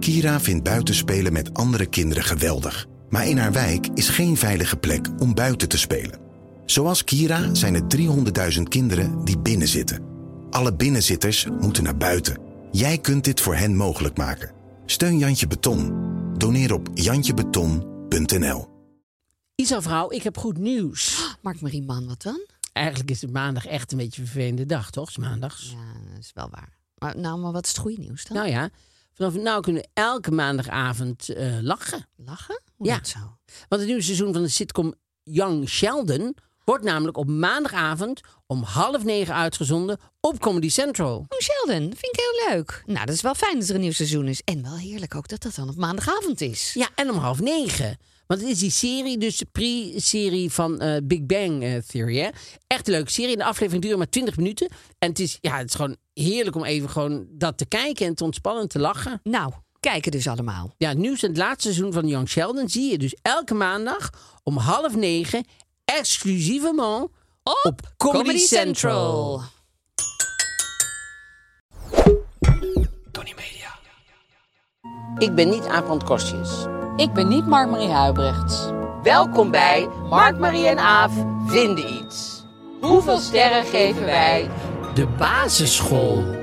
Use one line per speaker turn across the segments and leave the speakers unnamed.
Kira vindt buitenspelen met andere kinderen geweldig. Maar in haar wijk is geen veilige plek om buiten te spelen. Zoals Kira zijn er 300.000 kinderen die binnenzitten. Alle binnenzitters moeten naar buiten. Jij kunt dit voor hen mogelijk maken. Steun Jantje Beton. Doneer op jantjebeton.nl.
Isa vrouw, ik heb goed nieuws.
Mark Marie Man, wat dan?
Eigenlijk is het maandag echt een beetje een vervelende dag, toch? Het is maandags.
Ja, dat is wel waar. Maar, nou, maar wat is het goede nieuws dan?
Nou ja, vanaf nu kunnen we elke maandagavond eh, lachen.
Lachen? Hoe
Ja.
dat zo? Oh,
Want het nieuwe seizoen van de sitcom Young Sheldon wordt namelijk op maandagavond om half negen uitgezonden op Comedy Central.
Oh, Sheldon, vind ik heel leuk. Nou, dat is wel fijn dat er een nieuw seizoen is. En wel heerlijk ook dat dat dan op maandagavond is.
Ja, en om half negen. Want het is die serie, dus de pre-serie van eh, Big Bang eh, Theory. Hè? Echt een leuke serie. En de aflevering duurt maar 20 minuten. En het is, ja, het is gewoon heerlijk om even gewoon dat te kijken en te ontspannen en te lachen.
Nou, kijken dus allemaal.
Ja, het nieuws en het laatste seizoen van Young Sheldon zie je dus elke maandag om half negen exclusievement op, Comedy, Central. Ik ben niet Aaf Kostjes.
Ik ben niet Mark-Marie Huibrechts.
Welkom bij Mark, Marie en Aaf vinden iets. Hoeveel sterren geven wij de basisschool?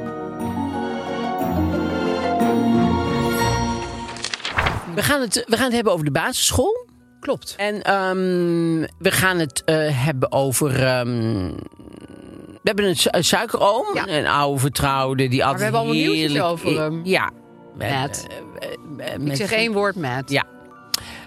We gaan, het, we gaan het hebben over de basisschool. Klopt. En ehm, we gaan het eh, hebben over. ehm, we hebben een, su- een suikeroom,
Ja.
een oude vertrouwde die altijd
hebben allemaal nieuwtjes
heerlijk-
over hem.
Ja.
Matt.
Eh, eh, eh,
Ik
met-
zeg één woord, Matt.
Ja.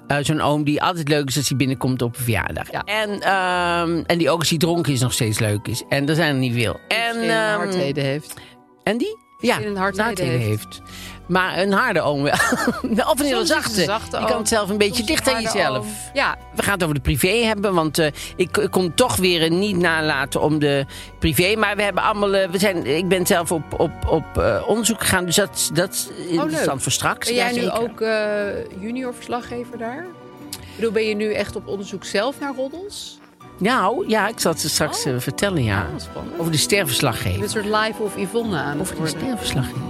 eh, Zo'n oom die altijd leuk is als hij binnenkomt op een verjaardag.
Ja.
En, ehm, en die ook als hij dronken is nog steeds leuk is. En er zijn er niet veel. En,
En een
ehm,
hardheden heeft.
en die? Ja,
een hardheden
naardheden
heeft.
Maar een harde oom wel. of een heel
Soms is het
zachte.
een zachte
je kan
oom.
het zelf een beetje
Soms
dicht
een
aan
harde
jezelf.
oom. Ja.
We gaan het over de privé hebben, want eh, ik, ik kon toch weer eh, niet nalaten om de privé. Maar we hebben allemaal, eh, we zijn, ik ben zelf op, op, op eh, onderzoek gegaan, dus dat, dat is interessant voor straks.
Oh, Ben jij
Ja,
nu
zeker.
ook eh, junior verslaggever daar? Ik bedoel, ben je nu echt op onderzoek zelf naar roddels?
Nou, ja, ik zal het straks eh, vertellen, ja.
Oh, spannend.
Over de sterverslag
Je bent
geven.
Een soort live of Yvonne aan het
Over de
worden.
sterverslag geven.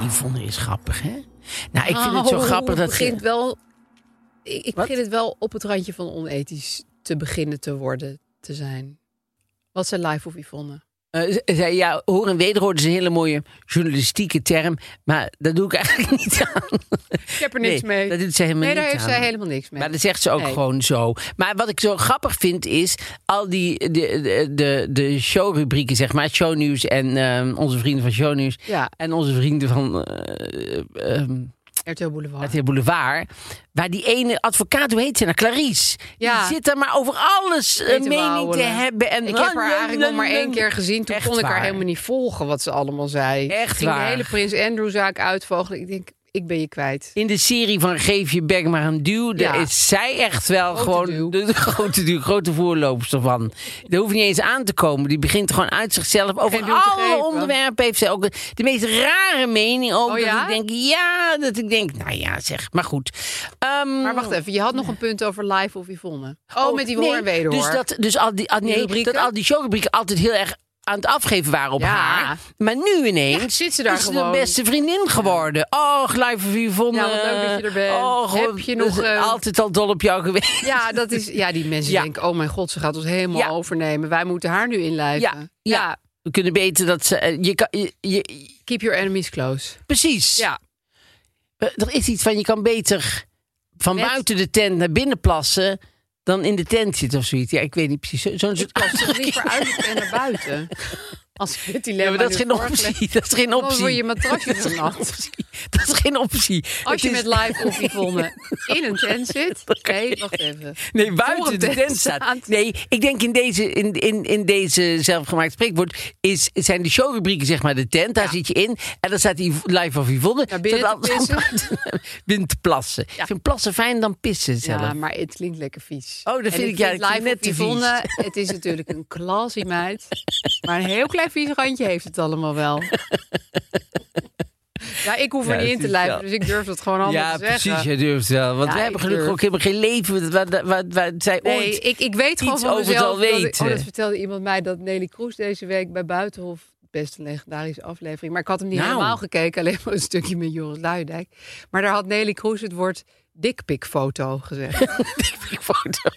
Die Yvonne is grappig, hè? Nou, ik vind het zo
Oh,
grappig dat...
Het begint
ze-
wel... Ik, ik
Wat?
begin het wel op het randje van onethisch te beginnen te worden, te zijn. Wat zijn live of Yvonne?
Eh, ze- zei, ja, hoor en wederhoor is een hele mooie journalistieke term. Maar dat doe ik eigenlijk niet aan.
Ik heb er niks
Nee,
mee.
dat doet ze helemaal
nee, daar
niet
heeft
aan.
zij helemaal niks mee.
Maar dat zegt ze ook
Nee.
gewoon zo. Maar wat ik zo grappig vind is al die de, de, de, de showrubrieken, zeg maar, shownieuws en ehm, onze vrienden van shownieuws
Ja.
en onze vrienden van eh ehm,
RTL Boulevard.
RTL Boulevard, waar die ene advocaat, hoe heet ze nou, Clarice,
Ja.
die zit daar maar over alles eh,
Peter
mening te
Wouwen.
hebben. En
ik heb haar eigenlijk nog maar één keer gezien. Toen
Echt
kon ik haar
waar.
helemaal niet volgen wat ze allemaal zei.
Echt
Ik ging
waar.
de hele Prins Andrew-zaak uitvogelen. Ik denk, ik ben je kwijt.
In de serie van Geef je bek maar een duw, daar
Ja.
is zij echt wel
Grote
gewoon
duw.
de, de grote duw, grote voorloopster van. Daar hoeft niet eens aan te komen. Die begint gewoon uit zichzelf. Over
Geen duw te
alle
geven.
onderwerpen heeft zij ook de, de meest rare mening. Ook
Oh
dat
ja?
ik denk, ja, dat ik denk, nou ja, zeg, maar goed. Ehm,
Maar wacht even, je had nog een punt over live of Yvonne. Oh, met die
nee,
hoor en wederhoor.
Dus dat, dus al die, al,
Die
nee,
rubrieken?
dat al die showrubrieken altijd heel erg aan het afgeven waren op
Ja.
haar. Maar nu ineens
Ja, zit ze daar
is
gewoon.
de beste vriendin geworden. Oh, live of Yvonne.
Ja, wat leuk dat je er bent.
Oh,
Heb
god,
je nog,
dat is
eh,
Altijd al dol op jou geweest.
Ja, dat is, ja, die mensen
Ja.
denken, oh mijn god, ze gaat ons helemaal
Ja.
overnemen. Wij moeten haar nu inlijven.
Ja, ja. We kunnen beter dat ze... eh, Je kan, je, je-
Keep your enemies close.
precies.
Ja.
Eh, Er is iets van, je kan beter van
Met-
buiten de tent naar binnen plassen... dan in de tent zitten of zoiets. Ja, ik weet niet precies. Zo- Zo'n soort...
Als ze liever uit en naar buiten. Als ik dit dilemma
Ja, maar dat is
nu
geen
voorgeleg-
optie. Dat is geen
Dan
optie.
word je matrasje
Dat is geen
nat.
optie. Dat is geen optie.
Als
Het
je
is-
met live of Yvonne in een tent zit. Nee, wacht even.
Nee,
voor
buiten
een
de
tent
tent staat.
staat.
Nee, ik denk in deze, in, in, in deze zelfgemaakt spreekwoord is, zijn de showrubrieken zeg maar de tent. Daar zit je in. En dan staat die live of Yvonne.
Ja, binnen
Staat
te
altijd
pissen.
buiten- binnen te plassen. Ik vind plassen fijn dan pissen zelf.
Ja, maar het klinkt lekker vies.
Oh, dat
En
vind ik- ja, dat
live
vind ik net
op
te
Yvonne, Het is natuurlijk een klassie meid. Maar een heel klein vies randje heeft het allemaal wel. Ja, ik hoef
Ja,
er niet in
het
te
is
lijven,
wel-
dus ik durf dat gewoon allemaal
Ja,
te zeggen.
precies. Je durft wel. Want
Ja,
wij hebben
ik
gelukkig
durf.
ook helemaal geen leven. Waar, waar, waar, waar zij
Nee,
ooit
ik, ik weet gewoon
iets
van
over
mezelf.
zal
dat ik-
weten.
oh, dat vertelde iemand mij dat Nelly Kroes deze week bij Buitenhof best een legendarische aflevering. Maar ik had hem niet
Nou.
helemaal gekeken, alleen maar een stukje met Joris Luijendijk. Maar daar had Nelly Kroes het woord dikpikfoto gezegd.
foto.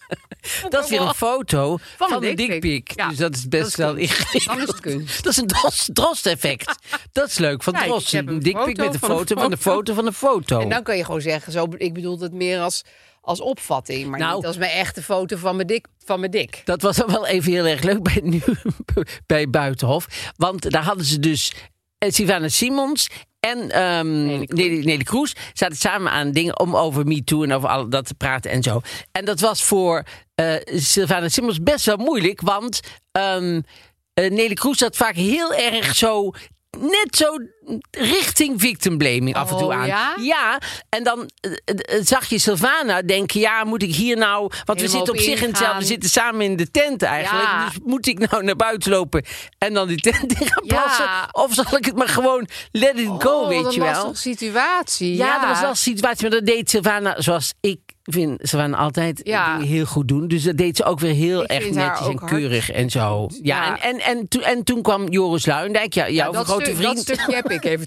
dat is weer een foto van,
een
de
dikpik.
dikpik.
Ja,
Dus dat is best
dat is
wel
kunst.
ingewikkeld.
Dan is het kunst.
Dat is een dros, drost-effect. Dat is leuk van
Ja, je
Drost.
hebt
Een
een
dikpik
foto
met een foto
van een
van de foto van de foto.
En dan kan je gewoon zeggen, zo, ik bedoel het meer als, als opvatting. Maar
Nou.
niet als mijn echte foto van mijn dik. Van mijn dik.
Dat was dan wel even heel erg leuk bij, nu, bij Buitenhof. Want daar hadden ze dus eh, Sylvana Simons en ehm
Nelly Kroes.
Nelly, Nelly Kroes zaten samen aan dingen om over MeToo en over al dat te praten en zo. En dat was voor eh Sylvana Simons best wel moeilijk, want ehm, eh, Nelly Kroes zat vaak heel erg zo... Net zo richting victim blaming af en toe
Oh,
aan.
ja?
Ja, en dan eh, eh, zag je Sylvana denken: ja, moet ik hier nou. Want we
Helemaal
zitten op
op
zich in hetzelfde. We
ingaan.
zitten samen in de tent eigenlijk.
Ja.
Dus moet ik nou naar buiten lopen en dan die tent in gaan
Ja.
plassen? Of zal ik het maar gewoon let it go,
Oh,
weet
wat
je
een
wel?
lastige situatie.
Ja,
Ja,
dat was wel een situatie. Maar dat deed Sylvana zoals ik vind Sylvana altijd eh,
Ja.
dingen heel goed doen. Dus dat deed ze ook weer heel
Ik
erg
vind haar
netjes en
ook
keurig en zo. Ja,
Ja.
En, en, en, toen- en toen kwam Joris Luijendijk, jou- jouw
dat,
grote
stuk-
vriend.
dat stukje heb ik even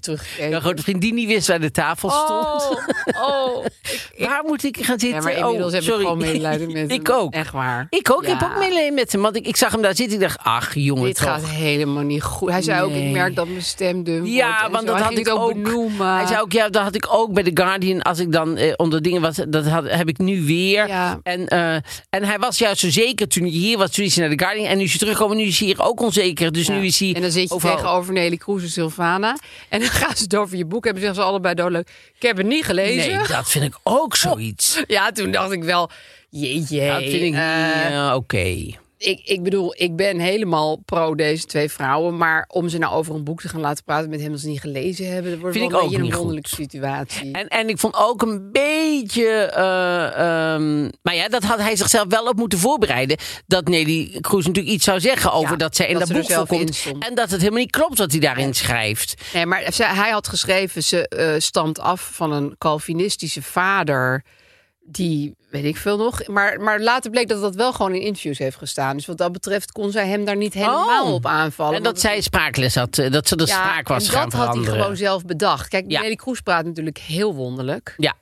teruggekeken.
Jouw grote vriend die niet wist waar de tafel stond.
oh.
Waar moet ik gaan zitten?
Ja, maar inmiddels
oh,
heb
sorry.
ik gewoon medelijden met
Ik
hem.
ook.
Echt waar.
Ik ook, ik
Ja.
heb ook medelijden met hem. Want ik, ik zag hem daar zitten. Ik dacht, ach jongen,
Dit
toch.
gaat helemaal niet goed. Hij zei ook,
Nee.
ik merk dat mijn stem dun wordt.
Ja,
en
want
zo.
dat
Hij
had
ging
ik
het
ook.
benoemen.
Hij zei ook, ja, dat had ik ook bij The Guardian. Als ik dan eh, onder dingen was, dat had, heb ik nu weer.
Ja.
En, eh, en hij was juist zo zeker toen hij hier was. Toen is hij naar The Guardian. En nu is hij teruggekomen. Nu is hij hier ook onzeker. Dus nu is hij...
En dan zit je
overal-
tegenover Nelly Kroes en Sylvana. En dan gaan ze het over je boek en dan zeggen ze allebei doodleuk. Ik heb het niet gelezen.
Nee, dat vind ik ook zoiets.
Ja, toen dacht ik wel, jeetje.
dat vind ik
eh,
niet... eh, Oké.
ik, ik bedoel, ik ben helemaal pro deze twee vrouwen. Maar om ze nou over een boek te gaan laten praten met hem als ze niet gelezen hebben... Dat wordt
Vind
wel
ik
een
ook
beetje een
niet
wonderlijke situatie.
En, en ik vond ook een beetje. eh, ehm, maar ja, dat had hij zichzelf wel op moeten voorbereiden. Dat Nelly Kroes natuurlijk iets zou zeggen over
Ja,
dat zij in
dat
dat,
ze er
boek
zelf in
voorkomt.
stond.
En dat het helemaal niet klopt wat hij daarin schrijft.
Nee, maar ze- hij had geschreven, ze eh, stamt af van een Calvinistische vader. Die weet ik veel nog. Maar, maar later bleek dat dat wel gewoon in interviews heeft gestaan. Dus wat dat betreft kon zij hem daar niet helemaal
Oh.
op aanvallen.
en
Want
dat zij spraakles had. eh, Dat ze de spraak was
en
gaan
dat had hij
veranderen.
gewoon zelf bedacht. Kijk,
Ja.
Nelly Kroes praat natuurlijk heel wonderlijk.
Ja,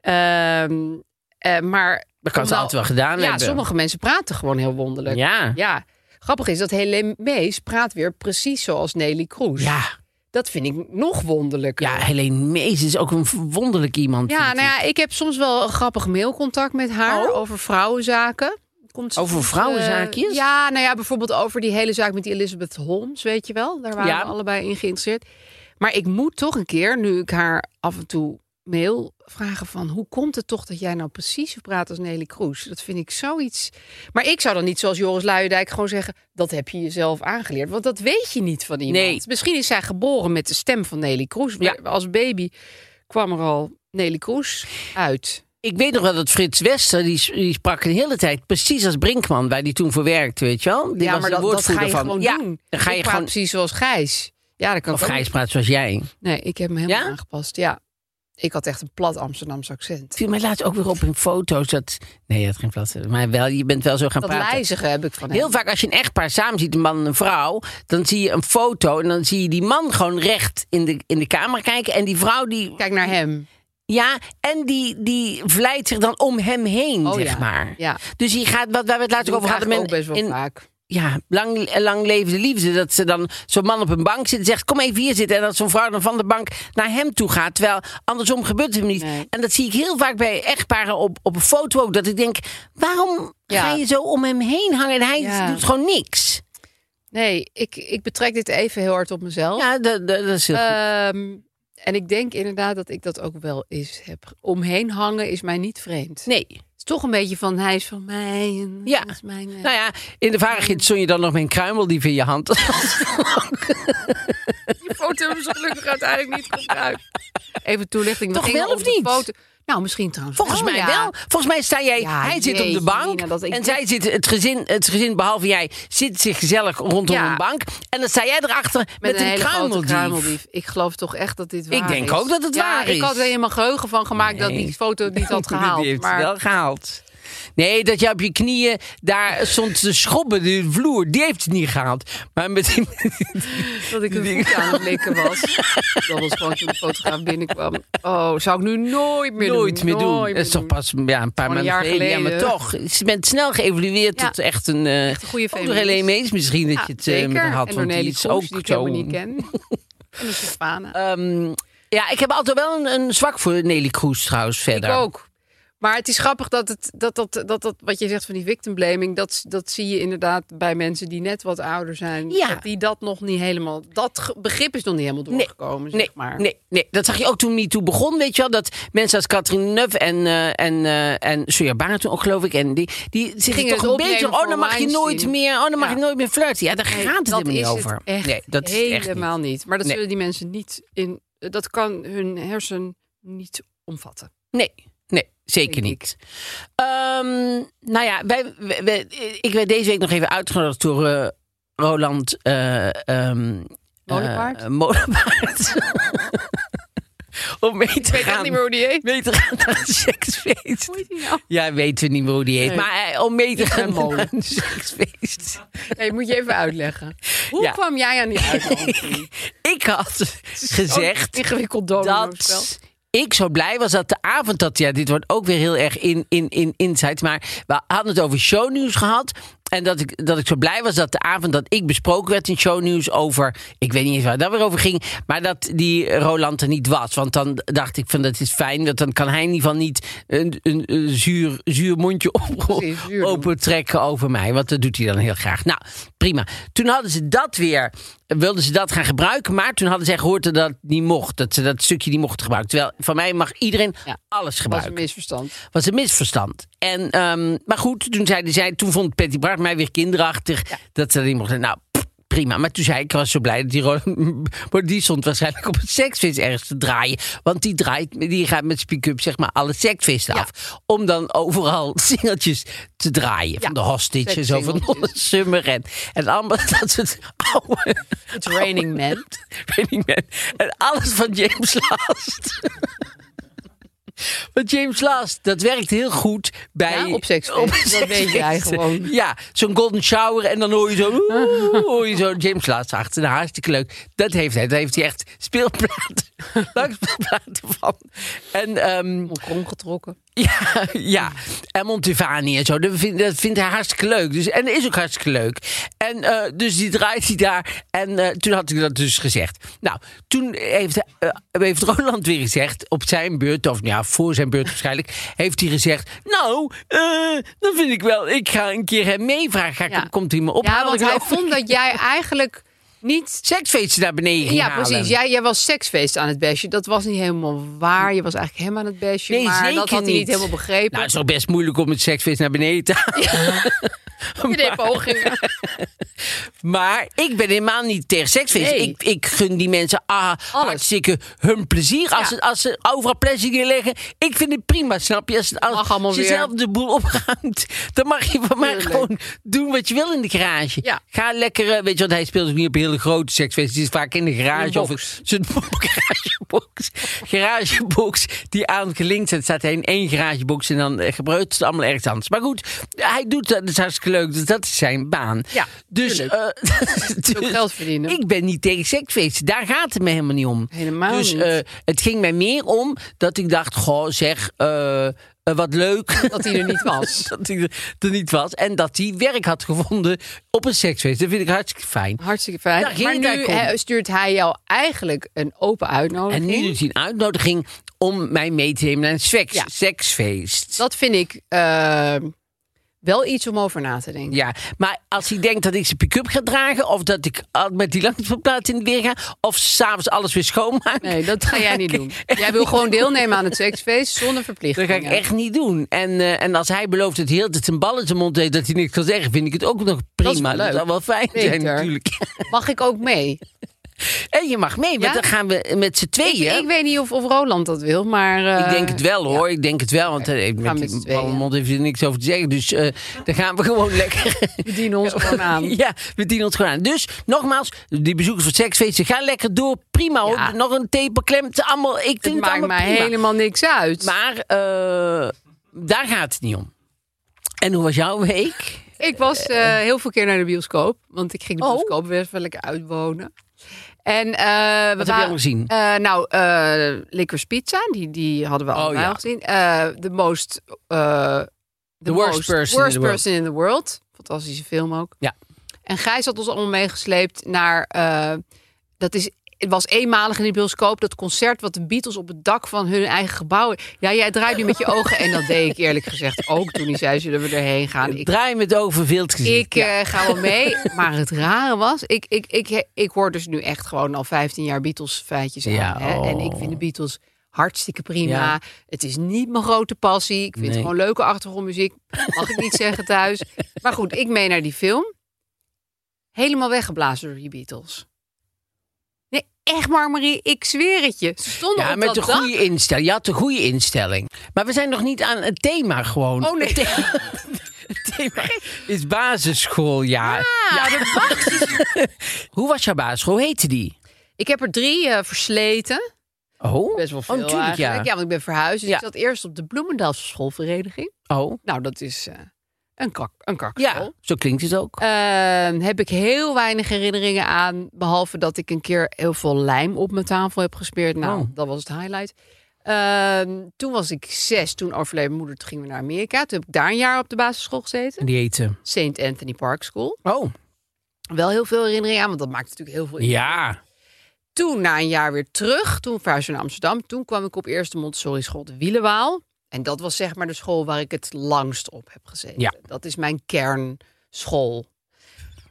Ehm, eh, maar
dat kan ze altijd
Omdat-
wel gedaan
ja,
hebben.
sommige mensen praten gewoon heel wonderlijk.
Ja.
Ja. Grappig is dat Helene Mees praat weer precies zoals Nelly Kroes.
Ja,
Dat vind ik nog wonderlijker.
ja, Helene Mees is ook een wonderlijk iemand.
Ja,
vind
nou
ik.
ja, ik heb soms wel een grappig mailcontact met haar
Oh.
over vrouwenzaken. Komt ze
Over
soms, eh,
vrouwenzaakjes?
ja, nou ja, bijvoorbeeld over die hele zaak met die Elizabeth Holmes, weet je wel. Daar waren
Ja.
we allebei in geïnteresseerd. Maar ik moet toch een keer, nu ik haar af en toe mail vragen van... hoe komt het toch dat jij nou precies zo praat als Nelly Kroes? Dat vind ik zoiets... Maar ik zou dan niet zoals Joris Luijendijk gewoon zeggen... dat heb je jezelf aangeleerd, want dat weet je niet van iemand.
Nee.
Misschien is zij geboren met de stem van Nelly Kroes.
Ja.
Als baby kwam er al Nelly Kroes uit.
Ik weet nog wel dat Frits Wester, die, die sprak een hele tijd precies als Brinkman, waar die toen voor werkte, weet je wel? Die was de
dat, dat ga
woordvoerder
je
van.
gewoon
ja,
doen.
Dan ga
Ik
je
praat
gewoon
precies zoals Gijs. Ja, dat kan
Of
ik ook
Gijs praat zoals jij.
niet. Nee, ik heb me helemaal
Ja?
aangepast. Ja, ik had echt een plat Amsterdamse accent.
Het viel mij laatst ook weer op in foto's dat... Nee, je had geen platte. Maar wel, je bent wel zo gaan
Dat
praten.
lijzige heb ik van hem.
Heel vaak als je een echtpaar samen ziet, een man en een vrouw... dan zie je een foto en dan zie je die man gewoon recht in de, in de camera kijken... en die vrouw die...
Kijk naar hem.
Ja, en die, die vlijt zich dan om hem heen,
Oh,
zeg
ja.
maar.
Ja.
Dus die gaat, wat, waar we het laatst
Dat
ook over hadden...
ook
men-
best wel
in-
vaak.
ja, lang, lang leven de liefde. Dat ze dan zo'n man op een bank zit en zegt: Kom even hier zitten. En dat zo'n vrouw dan van de bank naar hem toe gaat. Terwijl andersom gebeurt het hem niet.
Nee.
En dat zie ik heel vaak bij echtparen op, op een foto ook. Dat ik denk: Waarom
Ja.
ga je zo om hem heen hangen? En hij
Ja.
doet gewoon niks.
Nee, ik, ik betrek dit even heel hard op mezelf.
Ja, dat, dat, dat is heel goed.
Ehm, en ik denk inderdaad dat ik dat ook wel eens heb. Omheen hangen is mij niet vreemd.
Nee.
Het is toch een beetje van hij is van mij. En
Ja.
hij is mijn, eh,
Nou ja, in de vaardigheid zon je dan nog mijn kruimeldief in je hand.
Die foto hebben ze gelukkig uiteindelijk niet gebruikt. Even toelichting. we
Toch
gingen
wel
op
of
de
niet?
foto- Nou, misschien trouwens.
Volgens mij
ja.
wel. Volgens mij sta jij,
Ja,
hij zit op de
jeetje,
bank
Nina, dat ik-
en zij zit, het gezin, het gezin behalve jij, zit zich gezellig rondom
Ja.
een bank. En dan sta jij erachter met,
Met, een,
een,
hele grote
kruimeldief.
kruimeldief. Ik geloof toch echt dat dit waar
Ik denk
is.
ook dat het
Ja,
waar is.
Ik had er helemaal geheugen van gemaakt dat
Nee.
die foto het niet had gehaald.
Die heeft het
maar
wel gehaald. Nee, dat jij op je knieën daar stond te schobben, de vloer, die heeft het niet gehaald. Maar met die,
Dat ik een voet aan het likken was. Dat was gewoon toen de fotograaf binnenkwam. Oh, zou ik nu nooit meer doen.
nooit meer doen.
nooit
Dat is toch
doen.
pas ja, een paar
Gewoon
maanden
een jaar
geleden. Ja, maar
geleden.
toch. Je bent snel geëvolueerd
Ja.
tot echt een... eh echt
een goede
Helene
feminist.
Mees misschien dat
Ja,
je het eh,
zeker.
met haar had.
en
Want
Cornelis
die is
Kroes,
ook
die ik
zo...
helemaal niet ken. en de Sylvana.
Ehm, ja, ik heb altijd wel een, een zwak voor Nelly Kroes trouwens verder.
Ik ook. Maar het is grappig dat, het, dat, dat, dat, dat wat je zegt van die victim blaming, dat, dat zie je inderdaad bij mensen die net wat ouder zijn.
Ja.
Dat die dat nog niet helemaal. Dat ge- begrip is nog niet helemaal
Nee,
doorgekomen.
Nee,
zeg maar.
nee, nee, dat zag je ook toen MeToo begon, weet je wel. Dat mensen als Katrin Neuf en, eh en, eh en Soja Baan toen ook, geloof ik. En die, die zich
Gingen
toch
het
een beetje...
opnemen
Oh, dan
voor
mag je nooit
Weinstein.
meer, oh, dan mag
Ja.
je nooit meer flirten. Ja, daar gaat het
dat
helemaal niet
is
over.
Het echt
nee, dat is het echt niet.
helemaal niet. Maar dat
Nee.
zullen die mensen niet in. Dat kan hun hersen niet omvatten.
Nee, nee, zeker
Denk ik.
niet. Ehm, nou ja, wij, wij- wij- ik werd deze week nog even uitgenodigd door eh, Roland... eh, ehm,
Molenpaard?
eh, Molenpaard. Om mee te
Ik weet echt
gaan.
niet meer hoe die heet.
Mee te gaan naar een seksfeest.
Hoe heet die nou?
Ja, weten we niet meer hoe die heet.
Nee.
Maar eh, om mee te gaan
ben molen.
naar een seksfeest.
Nee, moet je even uitleggen. Hoe
Ja.
kwam jij aan die uitnodiging?
Ik had
Oh,
gezegd
Ingewikkeld domino-spel.
dat ik zo blij was dat de avond dat... Ja, dit wordt ook weer heel erg in, in, in insight. Maar we hadden het over shownieuws gehad. En dat ik, dat ik zo blij was dat de avond dat ik besproken werd in shownieuws over... Ik weet niet eens waar dat weer over ging. Maar dat die Roland er niet was. Want dan dacht ik van dat is fijn. Want dan kan hij in ieder geval niet een, een, een zuur, zuur mondje op,
Precies, zuur doen.
open trekken over mij. Want dat doet hij dan heel graag. Nou, prima. Toen hadden ze dat weer, wilden ze dat gaan gebruiken. Maar toen hadden zij gehoord dat dat niet mocht. Dat ze dat stukje niet mochten gebruiken. Terwijl van mij mag iedereen
Ja,
alles
was een
gebruiken.
misverstand.
Was een misverstand. En, ehm, maar goed, toen, zeiden zij, toen vond Patty Bart mij weer kinderachtig. Dat ze dat niet mochten. Nou, pff, prima. Maar toen zei ik, ik was zo blij dat die Roland... Maar die stond waarschijnlijk op een seksfeest ergens te draaien. Want die, draait, die gaat met zijn pick-up zeg maar alle seksfeesten af. Om dan overal singeltjes te draaien. Van de hostage en zo, van
sekssingletjes.
Donna Summer. En, en allemaal dat soort oude...
It's raining men.
Raining Man. En alles van James Last. Want James Last, dat werkt heel goed bij...
Ja, op seksfeesten. Dat weet jij
seksfeesten.
gewoon.
Ja, zo'n golden shower en dan hoor je zo... oeh, hoor je zo James Last achter. Nou, hartstikke leuk. Dat heeft hij. Daar heeft hij echt speelplaten. Langs speelplaten van. En ehm,
Krom getrokken.
ja, ja. En Montivani en zo. Dat vindt, dat vindt hij hartstikke leuk. Dus, en dat is ook hartstikke leuk. En eh, dus die draait hij daar. En eh, toen had ik dat dus gezegd. Nou, toen heeft, eh, heeft Roland weer gezegd, op zijn beurt, of nou ja, voor zijn beurt waarschijnlijk, heeft hij gezegd: Nou, eh dan vind ik wel, ik ga een keer hem meevragen. Ga ik,
Ja.
Komt hij me ophalen?
Ja, want hij
geloof ik?
vond dat jij eigenlijk niet...
Seksfeestje naar beneden ging
Ja,
halen.
precies. Jij, jij was seksfeest aan het besje. Dat was niet helemaal waar. Je was eigenlijk hem aan het besje.
Nee,
maar
zeker
dat had hij niet
niet.
helemaal begrepen.
Nou, het is toch best moeilijk om het seksfeest naar beneden te halen.
Je deed pogingen.
Maar ik ben helemaal niet tegen seksfeest.
Nee.
Ik, ik gun die mensen ah, hartstikke hun plezier. Als,
Ja.
ze, als ze overal plastic in leggen. Ik vind het prima, snap je? Als, het- als,
Mag allemaal
als je
weer.
zelf de boel opruimt, dan mag je van mij
Tuurlijk.
gewoon doen wat je wil in de garage.
Ja.
Ga lekker, eh, weet je wat, hij speelt ook niet op hele grote seksfeesten. Het is vaak in de garage.
In een
of
box.
zijn garagebox. Garagebox die aangelinkt zit. Staat hij in één garagebox en dan eh, gebruikt het allemaal ergens anders. Maar goed, hij doet dat. Dat is hartstikke leuk. Dus dat is zijn baan.
Ja,
dus,
tuurlijk.
eh, dus
ook geld verdienen.
Ik ben niet tegen seksfeesten. Daar gaat het me helemaal niet om.
Helemaal
dus,
niet.
eh, het ging mij meer om dat ik dacht, goh, zeg, eh, eh, wat leuk.
Dat hij er niet was.
dat hij er- er niet was. En dat hij werk had gevonden op een seksfeest. Dat vind ik hartstikke fijn.
Hartstikke
Daar
fijn.
ging
Maar
het
nu
eigenlijk om.
eh, stuurt hij jou eigenlijk een open
En
uitnodiging.
nu doet hij een uitnodiging om mij mee te nemen naar een seks,
Ja.
seksfeest.
Dat vind ik eh, wel iets om over na te denken.
Ja, maar als hij denkt dat ik zijn pick-up ga dragen... of dat ik al met die langstopplaat in de weer ga... of s'avonds alles weer schoonmaak...
Nee, dat ga jij niet doen. Jij wil gewoon deelnemen aan het seksfeest zonder
Dat
verplichtingen.
ga ik echt niet doen. En, eh, en als hij belooft dat hij heel tijd een bal in zijn mond heeft... dat hij niks kan zeggen, vind ik het ook nog
is
prima.
wel
Dat
leuk.
zou wel fijn zijn
Beter.
natuurlijk.
Mag ik ook mee?
En je mag mee, want
Ja?
dan gaan we met z'n
Ik,
tweeën...
ik weet niet of, of Roland dat wil, maar... eh,
Ik denk het wel hoor, ik denk het wel. Want eh,
gaan
met
met z'n
die
tweeën.
ballenmond heeft hij niks over te zeggen. Dus eh dan gaan we gewoon lekker...
We dienen ons gewoon aan.
Ja, we dienen ons gewoon aan. Dus nogmaals, die bezoekers van seksfeesten, ga lekker door. Prima hoor.
Ja.
Nog een taperklem. het Allemaal, ik vind
Het
het
maakt
allemaal
mij
prima.
helemaal niks uit.
Maar eh, daar gaat het niet om. En hoe was jouw week?
Ik was eh, heel veel keer naar de bioscoop, want ik ging de
Oh.
bioscoop best wel lekker uitwonen. En eh, we
Wat heb je
waren-
allemaal gezien?
Eh, nou, eh Liquor's Pizza, die, die hadden we
Oh,
allemaal
ja.
al gezien. Eh, the most... eh
The worst person in
worst
the world.
person in the world. Fantastische film ook.
Ja.
En Gijs had ons allemaal meegesleept naar... eh, dat is, het was eenmalig in de bioscoop, dat concert wat de Beatles op het dak van hun eigen gebouw... Ja, jij draait nu met je ogen. En dat deed ik eerlijk gezegd ook toen hij zei, zullen we erheen gaan? Ik
Draai met over wild gezien.
ik eh, ga wel mee. Maar het rare was, ik, ik, ik, ik hoor dus nu echt gewoon al 15 jaar Beatles feitjes aan.
Ja,
hè. En
oh.
ik vind de Beatles hartstikke prima.
Ja.
Het is niet mijn grote passie. Ik vind
Nee.
het gewoon leuke achtergrondmuziek. Mag ik niet zeggen thuis. Maar goed, ik mee naar die film. Helemaal weggeblazen door die Beatles. Nee, echt maar Marie, ik zweer het je. Ze stonden
ja,
op
met
dat
de
dak.
goede instelling. Je had de goede instelling. Maar we zijn nog niet aan het thema gewoon.
Oh, nee.
Het thema, het thema is basisschooljaar.
Ja, dat mag.
Hoe was jouw basisschool? Hoe heette die?
Ik heb er drie eh, versleten.
Oh,
Best wel veel
Oh, natuurlijk,
eigenlijk.
ja.
ja, want ik ben verhuisd. Dus
Ja.
ik zat eerst op de Bloemendaalse schoolvereniging.
Oh,
Nou, dat is eh, een, kak, een kakschool.
ja. Zo klinkt het ook.
Ehm, heb ik heel weinig herinneringen aan. Behalve dat ik een keer heel veel lijm op mijn tafel heb gespeerd. Nou,
Oh.
dat was het highlight. Ehm, toen was ik zes. Toen overleed mijn moeder. Toen gingen we naar Amerika. Toen heb ik daar een jaar op de basisschool gezeten.
En die heette...
St. Anthony Park School.
Oh,
Wel heel veel herinneringen aan, want dat maakt natuurlijk heel veel
ja.
toen na een jaar weer terug. Toen verhuisde naar Amsterdam. Toen kwam ik op eerste Montessori school de Wielenwaal. En dat was zeg maar de school waar ik het langst op heb gezeten.
Ja.
Dat is mijn kernschool.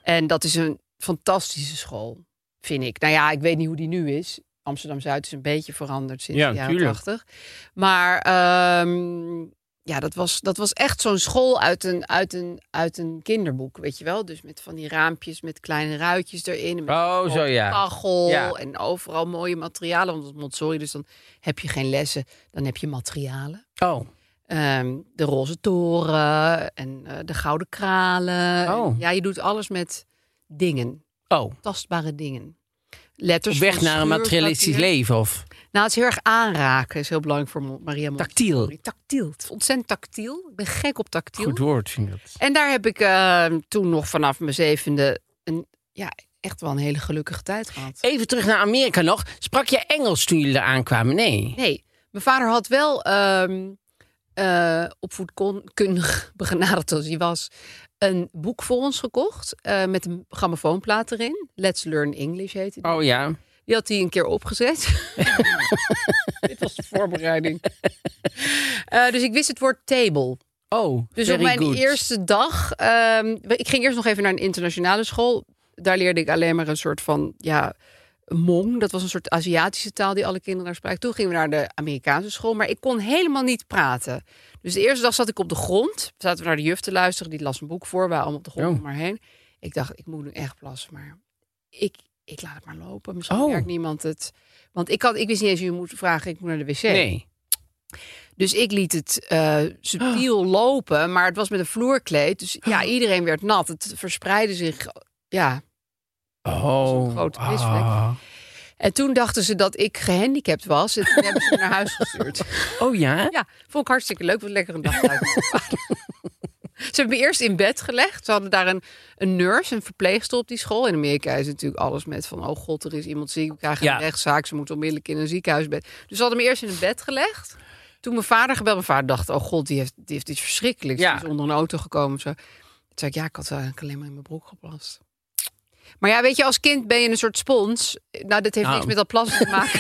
En dat is een fantastische school, vind ik. Nou ja, ik weet niet hoe die nu is. Amsterdam-Zuid is een beetje veranderd sinds
Ja,
de jaren
tuurlijk.
80. Maar ehm, ja, dat was, dat was echt zo'n school uit een, uit, een, uit een kinderboek, weet je wel. Dus met van die raampjes met kleine ruitjes erin. en met
Oh, zo ja.
kachel
Ja.
en overal mooie materialen. Want het is Montessori, dus dan heb je geen lessen, dan heb je materialen.
Oh,
Ehm, de roze toren en eh, de gouden kralen.
Oh.
En ja, je doet alles met dingen,
oh. Dus
tastbare dingen.
Op
Letters
weg
van
naar een
schuurpapier.
materialistisch leven of
Nou, het is heel erg aanraken. is heel belangrijk voor Mo- Maria Montessori.
tactiel.
Tactiel. Het is ontzettend tactiel. Ik ben gek op tactiel.
Goed woord, vind ik dat.
En daar heb ik eh, toen nog vanaf mijn zevende een, ja, echt wel een hele gelukkige tijd gehad.
Even terug naar Amerika nog. Sprak je Engels toen jullie daar aankwamen? Nee.
Nee, mijn vader had wel ehm eh, opvoedkundig begenadigd als hij was. Een boek voor ons gekocht eh, met een grammofoonplaat erin. Let's Learn English heette die.
Oh ja.
Die had hij een keer opgezet. Dit was de voorbereiding. Eh, dus ik wist het woord table.
Oh,
Dus
very
op mijn
good.
eerste dag... ehm, ik ging eerst nog even naar een internationale school. Daar leerde ik alleen maar een soort van... Ja, Mong, dat was een soort Aziatische taal die alle kinderen daar spraken. Toen gingen we naar de Amerikaanse school, maar ik kon helemaal niet praten. Dus de eerste dag zat ik op de grond. Zaten we naar de juf te luisteren, die las een boek voor. Wij allemaal op de grond
Oh.
maar heen. Ik dacht, ik moet nu echt plassen, maar ik, ik laat het maar lopen. Misschien
Oh.
merkt niemand het. Want ik, had, ik wist niet eens, je moet vragen, ik moet naar de wc.
Nee.
Dus ik liet het eh, subtiel lopen, maar het was met een vloerkleed. Dus ja, iedereen werd nat. Het verspreidde zich. Ja.
Oh.
een grote
ah.
misvlek. En toen dachten ze dat ik gehandicapt was. En toen hebben ze me naar huis gestuurd.
Oh ja?
Ja, vond ik hartstikke leuk. Wat lekker een dag uit. Ze hebben me eerst in bed gelegd. Ze hadden daar een, een nurse, een verpleegster op die school. In Amerika is natuurlijk alles met van... oh god, er is iemand ziek, we krijgen
Ja.
een rechtszaak... ze moeten onmiddellijk in een ziekenhuisbed. Dus ze hadden me eerst in een bed gelegd. Toen mijn vader gebeld, mijn vader dacht... oh god, die heeft, die heeft iets verschrikkelijks.
Ja.
Die is onder een auto gekomen. of Zo. Toen zei ik, ja, ik had eigenlijk alleen maar in mijn broek geplast. Maar ja, weet je, als kind ben je een soort spons. Nou, dit heeft
Nou.
niks met dat plassen te maken.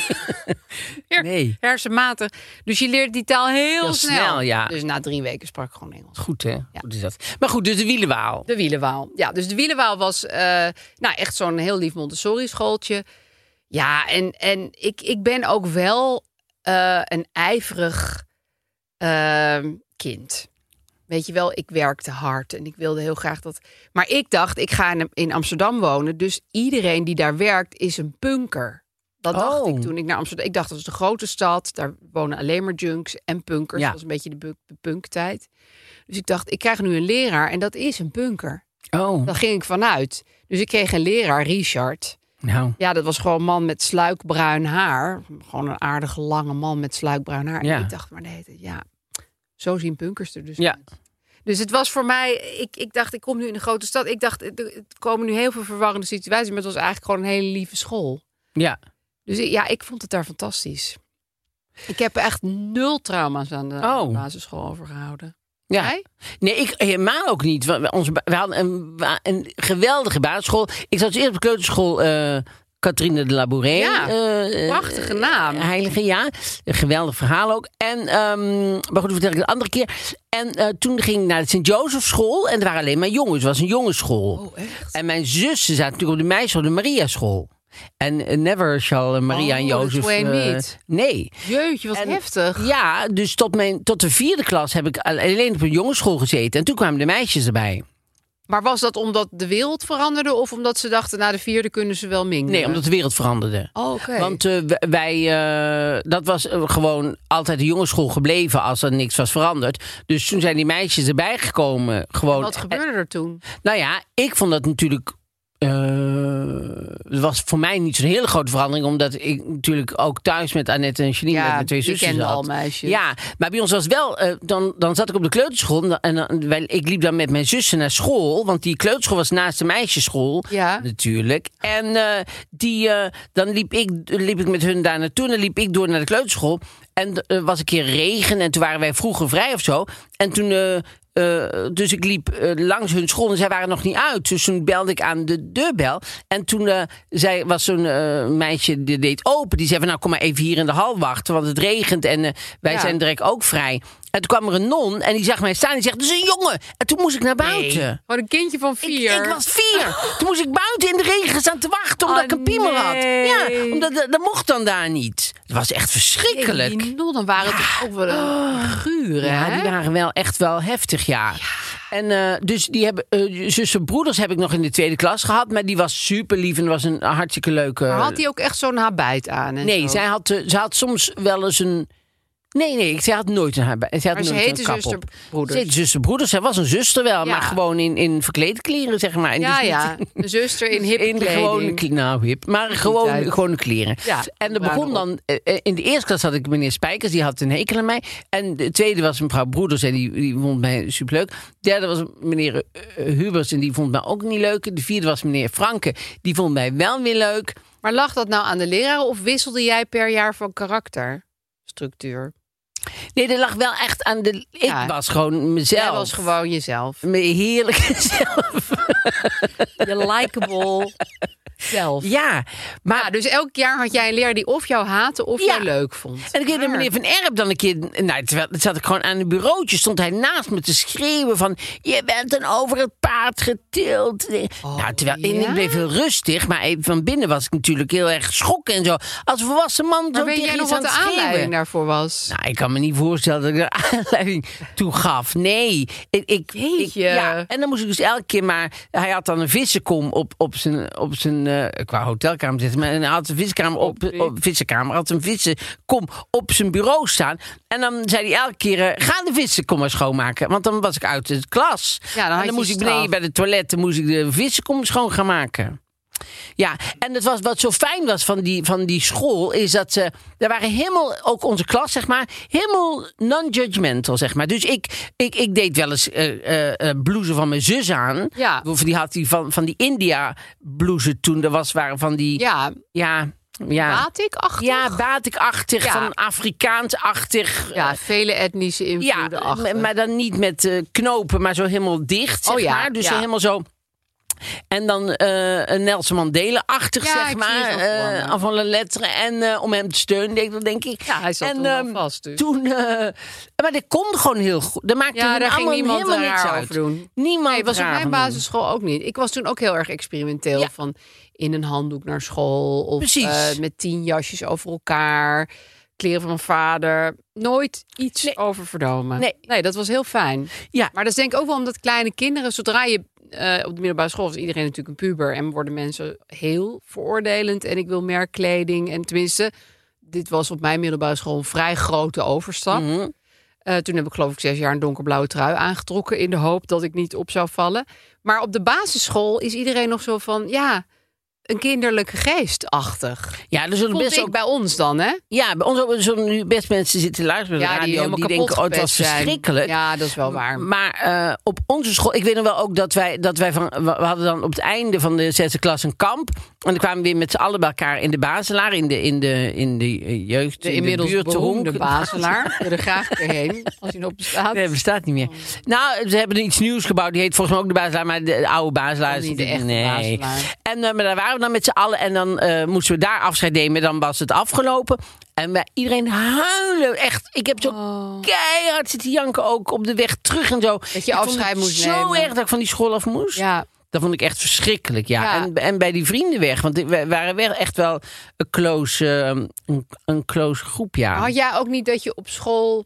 Her-
Nee.
Hersenmatig. Dus je leert die taal heel,
Heel snel, ja.
Dus na drie weken sprak ik gewoon Engels.
Goed hè? Goed is dat. Maar goed, dus de wielenwaal.
De Wielenwaal. Ja, dus de Wielenwaal was eh, nou, echt zo'n heel lief Montessori-schooltje. Ja, en, en ik, ik ben ook wel eh, een ijverig eh, kind. Weet je wel, ik werkte hard en ik wilde heel graag dat. Maar ik dacht, ik ga in, in Amsterdam wonen. Dus iedereen die daar werkt is een punker. Dat dacht
Oh.
ik toen ik naar Amsterdam. Ik dacht, dat is de grote stad. Daar wonen alleen maar junks en punkers.
Ja.
Dat was een beetje de, bu- de punktijd. Dus ik dacht, ik krijg nu een leraar en dat is een punker.
Oh.
Daar ging ik vanuit. Dus ik kreeg een leraar, Richard.
Nou.
Ja, dat was gewoon een man met sluikbruin haar. Gewoon een aardige lange man met sluikbruin haar.
Ja.
En ik dacht maar nee, ja, zo zien punkers er dus
Ja.
uit. Dus het was voor mij, ik, ik dacht, ik kom nu in een grote stad. Ik dacht, er er komen nu heel veel verwarrende situaties. Maar het was eigenlijk gewoon een hele lieve school.
Ja.
Dus ik- ja, ik vond het daar fantastisch. Ik heb echt nul trauma's aan de, aan de
Oh.
basisschool overgehouden.
Ja.
Jij?
Nee, ik helemaal ook niet. We, we- onze, ba- we hadden een, wa- een geweldige basisschool. Ik zat dus eerst op de kleuterschool eh Catherine de Labouré.
Ja,
Eh, eh,
prachtige naam.
eh, Heilige, ja. Een geweldig verhaal ook. En, ehm, maar goed, dat vertel ik een andere keer. En eh, toen ging ik naar de sint Jozefschool En er waren alleen maar jongens. Het was een jongensschool.
Oh, echt?
En mijn zussen zaten natuurlijk op de meisjes op de Maria-school. En eh, never shall eh, Maria
Oh,
en
that's
Jozef...
way
eh,
meet.
nee.
Jeetje, wat
En-
heftig.
Ja, dus tot, mijn, tot de vierde klas heb ik alleen op een jongensschool gezeten. En toen kwamen de meisjes erbij.
Maar was dat omdat de wereld veranderde of omdat ze dachten na de vierde kunnen ze wel mingelen?
Nee, omdat de wereld veranderde.
Oh, oké.
Want eh, w- wij, eh, dat was eh, gewoon altijd de jongensschool gebleven als er niks was veranderd. Dus toen zijn die meisjes erbij gekomen. Gewoon.
wat gebeurde er toen?
Eh, nou ja, ik vond dat natuurlijk. eh, Het was voor mij niet zo'n hele grote verandering, omdat ik natuurlijk ook thuis met Annette en Janine, met mijn twee
je
zussen
kende
zat.
al meisjes.
Ja, maar bij ons was wel, eh, dan, dan zat ik op de kleuterschool en, dan- en dan, wij- ik liep dan met mijn zussen naar school, want die kleuterschool was naast de meisjesschool.
Ja.
Natuurlijk. En eh, die, eh, dan liep ik, liep ik met hun daar naartoe. En dan liep ik door naar de kleuterschool. En er was een keer regen. En toen waren wij vroeger vrij of zo. En toen. eh, eh, dus ik liep eh, langs hun school en zij waren nog niet uit. Dus toen belde ik aan de deurbel. En toen eh, zei, was zo'n eh, meisje die deed open. Die zei van nou kom maar even hier in de hal wachten. Want het regent en eh, wij
Ja.
zijn direct ook vrij. En toen kwam er een non en die zag mij staan. En die zegt dat is een jongen. En toen moest ik naar buiten.
Gewoon een kindje van vier.
Ik, ik was vier. Toen moest ik buiten in de regen staan te wachten omdat
Oh,
ik een piemel had.
nee.
Ja, omdat dat, dat mocht dan daar niet. Het was echt
Jeetje,
verschrikkelijk.
die nul, dan waren het toch ook wel
Oh.
een figuren,
Ja,
hè?
die waren wel echt wel heftig, ja. En eh, dus die hebben, eh zussen broeders heb ik nog in de tweede klas gehad, maar die was super lief en was een hartstikke leuke.
Maar had hij ook echt zo'n habijt aan? En
Nee,
zo?
zij had, eh, ze had soms wel eens een. Nee, nee, zij had nooit een haar. Zij had
Maar ze
nooit
heette
een kap
zuster
op.
broeders.
Ze heette zusterbroeders. Zij was een zuster wel,
Ja.
maar gewoon in, in verkleedkleren, zeg maar. En
Ja,
dus niet-
ja. Een zuster in hip
Dus in de gewone
kleding.
kle- nou hip, maar gewoon,
uit.
gewone kleren.
Ja,
en er begon
bruin op.
dan eh, eh, in de eerste klas had ik meneer Spijkers, die had een hekel aan mij. En de tweede was mevrouw Broeders en die, die vond mij superleuk. De derde was meneer eh, Hubers en die vond mij ook niet leuk. De vierde was meneer Franke, die vond mij wel weer leuk.
Maar lag dat nou aan de leraar of wisselde jij per jaar van karakter? Structuur.
Nee, dat lag wel echt aan de. Ik
Ja.
was gewoon mezelf.
Jij was gewoon jezelf.
Mijn heerlijke zelf.
Je likable zelf.
Ja, maar
Ja, dus elk jaar had jij een leraar die of jou haatte of
Ja.
jou leuk vond.
En ik weet dat
Raar.
meneer Van Erp dan een keer... Nou, terwijl, dat zat ik gewoon aan een bureautje. Stond hij naast me te schreeuwen van... Je bent een over het paard getild. nou, terwijl en ik
Oh, ja?
bleef heel rustig. Maar even van binnen was ik natuurlijk heel erg schokken en zo. Als een volwassen man
Maar
zo
weet
tegen
jij nog
iets aan
wat de
het schreeuwen.
aanleiding daarvoor was?
Nou, ik kan me niet voorstellen dat ik er aanleiding toe gaf. Nee. Ik, ik, ik,
Jeetje.
ja. En dan moest ik dus elke keer maar... Hij had dan een vissenkom op, op zijn... Op zijn eh, qua hotelkamer zitten. Maar hij had een vissenkamer op... op vissenkamer. had een vissenkom op zijn bureau staan. En dan zei hij elke keer... eh, Ga de vissenkom maar schoonmaken. Want dan was ik uit de klas.
Ja, dan
en
had
dan
je
moest ik
straf.
beneden bij de toiletten... moest ik de vissenkom schoon gaan maken. Ja, en het was, wat zo fijn was van die, van die school, is dat ze. Daar waren helemaal, ook onze klas, zeg maar, helemaal non-judgmental, zeg maar. Dus ik, ik, ik deed wel eens eh eh, eh, blouses van mijn zus aan.
Ja.
Of Die had die van, van die India-blouses toen er was, waren van die.
Ja,
ja, ja.
haat ik achter.
Ja, batikachtig,
Ja.
van Afrikaans-achtig.
Ja, vele etnische
Ja,
invloeden achter.
m- maar dan niet met eh, knopen, maar zo helemaal dicht, zeg
Oh ja,
maar. Dus
ja.
helemaal zo... En dan eh, een Nelson Mandela-achtig,
Ja,
zeg
ik zie
maar.
het al voor me.
eh, aan van de letteren. En eh, om hem te steunen, denk, ik, dat denk ik.
Ja, hij zat
en,
toen wel
ehm,
vast, dus.
Toen, eh, maar dat kon gewoon heel goed. Dat maakte
Ja,
hun
daar ging
allemaal
niemand
helemaal
er
niks
raar
uit.
over doen.
Niemand
Nee, het was op
raar
mijn
van doen.
basisschool ook niet. Ik was toen ook heel erg experimenteel.
Ja.
Van in een handdoek naar school. Of
Precies.
eh, met tien jasjes over elkaar. Kleren van mijn vader. Nooit iets over verdomen.
Nee.
dat was heel fijn.
Ja.
Maar dat is denk ik ook wel omdat kleine kinderen... Zodra je eh, op de middelbare school is iedereen natuurlijk een puber. En worden mensen heel veroordelend. En ik wil merkkleding. En tenminste, dit was op mijn middelbare school een vrij grote overstap.
Mhm.
Eh, toen heb ik geloof ik zes jaar een donkerblauwe trui aangetrokken... in de hoop dat ik niet op zou vallen. Maar op de basisschool is iedereen nog zo van... ja, een kinderlijke geestachtig.
Ja, er zullen
Vond
best
ik
ook...
bij ons dan, hè?
Ja, bij ons ook- er zullen nu best mensen zitten luisteren naar de radio... die, denken, oh, het was
gepest zijn.
verschrikkelijk.
Ja, dat is wel waar.
Maar eh, op onze school, ik weet nog wel ook dat wij, dat wij van, we we hadden dan op het einde van de zesde klas een kamp. En dan kwamen we weer met z'n allen bij elkaar in de Bazelaar, in de, in de, in de eh, jeugd,
De
in
inmiddels
de buurt te
beroemde
honken.
Baselaar. Ik wil er graag een keer heen, als hij nog bestaat.
Nee, bestaat niet meer. Nou, ze hebben iets nieuws gebouwd. Die heet volgens mij ook de Bazelaar, maar de oude Bazelaar
Oh,
is
niet de echte
nee.
Bazelaar.
En eh, maar daar waren we dan met z'n allen en dan eh, moesten we daar afscheid nemen. Dan was het afgelopen. En wij, iedereen huilen. Echt, ik heb zo keihard zitten janken ook op de weg terug en zo.
Oh. je
Ik vond het
afscheid moest
Zo
nemen.
erg dat ik van die school af moest.
Ja,
Dat vond ik echt verschrikkelijk, ja.
Ja.
En, en bij die vrienden weg, want we waren wel echt wel een close, eh, een, een close groep, ja.
Had jij ook niet dat je op school...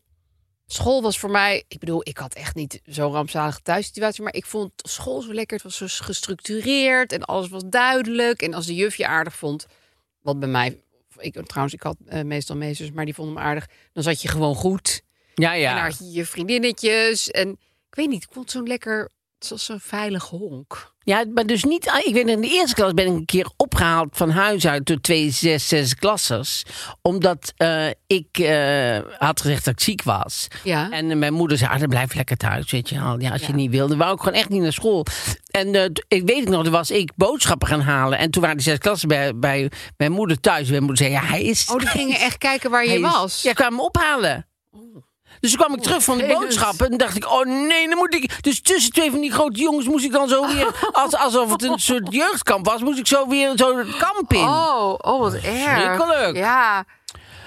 School was voor mij... Ik bedoel, ik had echt niet zo'n rampzalige thuissituatie. Maar ik vond school zo lekker. Het was zo gestructureerd en alles was duidelijk. En als de juf je aardig vond... Wat bij mij... Ik, trouwens, ik had eh, meestal meesters, maar die vonden me aardig. Dan zat je gewoon goed.
ja,
En dan
ja.
had je je vriendinnetjes. En ik weet niet, ik vond het zo'n lekker... Het was zo'n veilig honk.
ja, maar dus niet... ah, Ik weet in de eerste klas ben ik een keer opgehaald van huis uit door twee zes, zes klassers. Omdat eh, ik eh, had gezegd dat ik ziek was.
Ja.
En eh, mijn moeder zei, ah, dan blijf lekker thuis, weet je wel. Ja, als je niet wilde, wou ik gewoon echt niet naar school. En eh, t- ik weet ik nog, er was ik boodschappen gaan halen. En toen waren die zes klassen bij, bij mijn moeder thuis. Mijn moeder zei, ja, hij is...
Oh, die gingen echt kijken waar je
Hij is-
was. Oh.
Ja, kwam me ophalen. Dus toen kwam ik terug van de
vervelend.
boodschappen en dacht ik, oh nee, dan moet ik... Dus tussen twee van die grote jongens moest ik dan zo weer, als, alsof het een soort jeugdkamp was, moest ik zo weer zo het kamp in.
Oh, oh wat erg.
Verschrikkelijk.
Ja.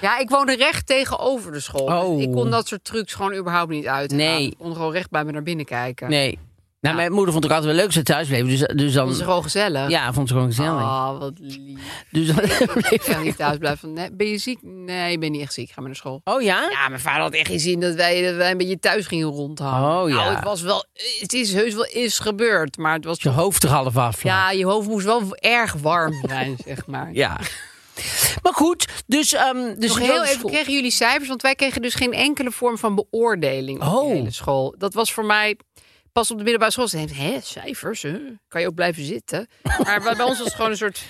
ja, ik woonde recht tegenover de school. Dus
Oh.
ik kon dat soort trucs gewoon überhaupt niet uit.
Nee.
Ik kon gewoon recht bij me naar binnen kijken.
Nee. Nou, mijn moeder vond ik altijd wel leuk, ze thuis bleef. Dus, dus
Dat
dan...
is gewoon gezellig.
Ja, vond ze gewoon gezellig.
Oh, wat lief.
Dus dan
Ik kan niet thuis blijven van, nee, ben je ziek? Nee, ik ben niet echt ziek. Ik ga maar naar school.
Oh ja?
Ja, mijn vader had echt geen zin dat wij, dat wij een beetje thuis gingen rondhangen.
Oh, ja.
Nou, het was wel, het is heus wel eens gebeurd, maar het was
Je
toch-
hoofd er half af. lag.
Ja, je hoofd moest wel erg warm zijn, zeg maar.
ja. Maar goed, dus... ehm dus
Nog
wel
heel
de
even,
school-
kregen jullie cijfers? Want wij kregen dus geen enkele vorm van beoordeling op
Oh.
de hele school. Dat was voor mij pas op de middelbare school. Ze zeiden, hè, cijfers? Hè? Kan je ook blijven zitten? Maar bij, bij ons was het gewoon een soort